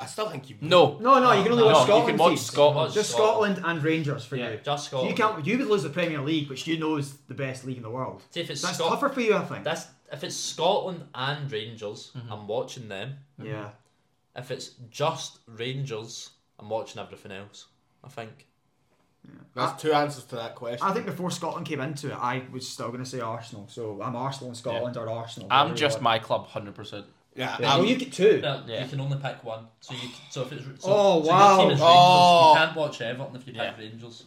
B: I still think you.
A: No.
D: No, no, you can only watch
A: No, you
D: Scotland.
A: can watch
D: teams.
A: Scotland.
D: Just Scotland and Rangers for
C: yeah,
D: you.
C: just
D: You
C: Scotland.
D: can't. You would lose the Premier League, which you know is the best league in the world.
C: See, if it's
D: That's
C: Scot-
D: tougher for you, I think.
C: that's if it's Scotland and Rangers, I'm watching them.
D: yeah.
C: If it's just Rangers, I'm watching everything else. I think.
B: There's two answers to that question.
D: I think before Scotland came into it, I was still going to say Arsenal. So I'm Arsenal and Scotland or Arsenal.
A: I'm
D: whatever
A: just
D: you
A: my
D: want.
A: club, 100%.
B: yeah.
D: Yeah.
B: I'm-
D: Well, you get two.
C: No,
A: Yeah.
C: You can only pick one. So you so if it's so,
D: Oh,
C: so
D: wow.
C: your team is Rangers,
B: Oh.
C: you can't watch Everton if you pick
A: Yeah.
C: Rangers,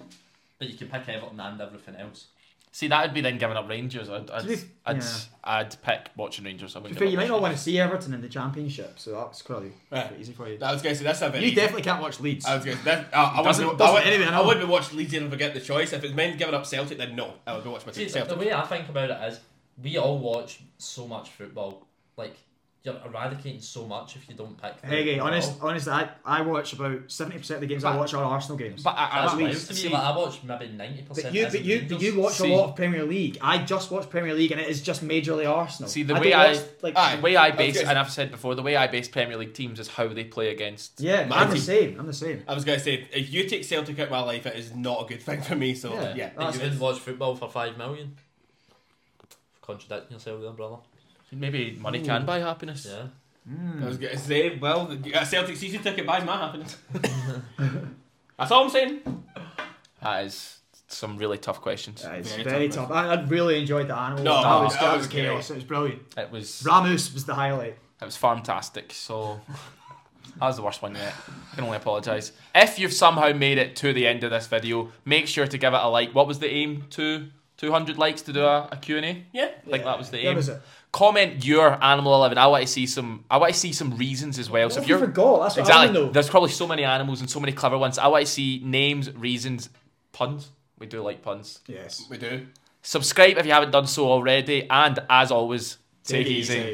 C: but you can pick Everton and everything else.
A: See, that would be then giving up Rangers. I'd, I'd,
D: To be-
A: I'd,
D: yeah.
A: I'd pick watching Rangers. I
D: To be
A: wouldn't
D: fair,
A: give
D: you
A: up
D: might not
A: Rangers.
D: want to see Everton in the Championship, so that's probably
B: Right.
D: quite easy for you.
B: I was going to say that's a very.
D: You definitely can't watch Leeds.
A: Um,
B: I was going to. That, uh, I
D: Doesn't-
B: wouldn't. be- I
D: doesn't
B: would-
D: anyway, I
B: I
D: know.
B: wouldn't be watching Leeds and forget the choice. If it's meant giving up Celtic, then no, I would be watching my
C: See,
B: team
C: the
B: Celtic.
C: way I think about it is, we all watch so much football. Like you're eradicating so much if you don't pick. the-
D: Hey,
C: the
D: honest,
C: ball.
D: honestly, I, I watch about seventy percent of the games I
A: But-
D: watch are Arsenal games.
A: But I,
C: That's
A: I,
D: at
A: I,
C: wild
D: least-
C: to me.
D: see-
C: Like, I watch maybe ninety percent.
D: But you, but you, but you watch
A: See-
D: a lot of Premier League. I just watch Premier League, and it is just majorly Arsenal.
A: See, the
D: I
A: way
D: don't
A: I-
D: watch, like,
B: Aye.
A: the way I
B: I was
A: base,
B: gonna-
A: and I've said before, the way I base Premier League teams is how they play against.
D: yeah,
B: My
D: I'm the
B: team.
D: same. I'm the same.
B: I was going to say if you take Celtic out of my life, it is not a good thing for me. So
D: Yeah.
B: yeah,
D: That's-
C: you wouldn't watch football for five million. Contradicting yourself there, brother.
A: Maybe money can buy happiness.
C: Yeah.
B: I was going to say, well, a Celtic season ticket buys my happiness. That's all I'm saying.
A: That is some really tough questions.
D: Yeah, It's
B: Very
D: very,
B: tough,
D: tough. I, I really enjoyed the animal.
B: No,
D: one. that was,
B: that
D: that
B: was
D: was chaos. It was brilliant.
A: It was
D: Ramos was the highlight.
A: it was fantastic. So that was the worst one yet. I can only apologise. If you've somehow made it to the end of this video, make sure to give it a like. What was the aim? Two. 200 likes to do a, a Q&A? I
B: Yeah.
A: think that was the aim.
D: That was it.
A: Comment your animal 11. I want to see some I want to see some reasons as well. So
D: What
A: if
D: if you
A: you're
D: forgot? That's what I want to
A: Exactly.
D: know.
A: There's probably so many animals and so many clever ones. I want to see names, reasons, puns. We do like puns.
D: Yes.
B: We do.
A: Subscribe if you haven't done so already. And as always, take, it easy.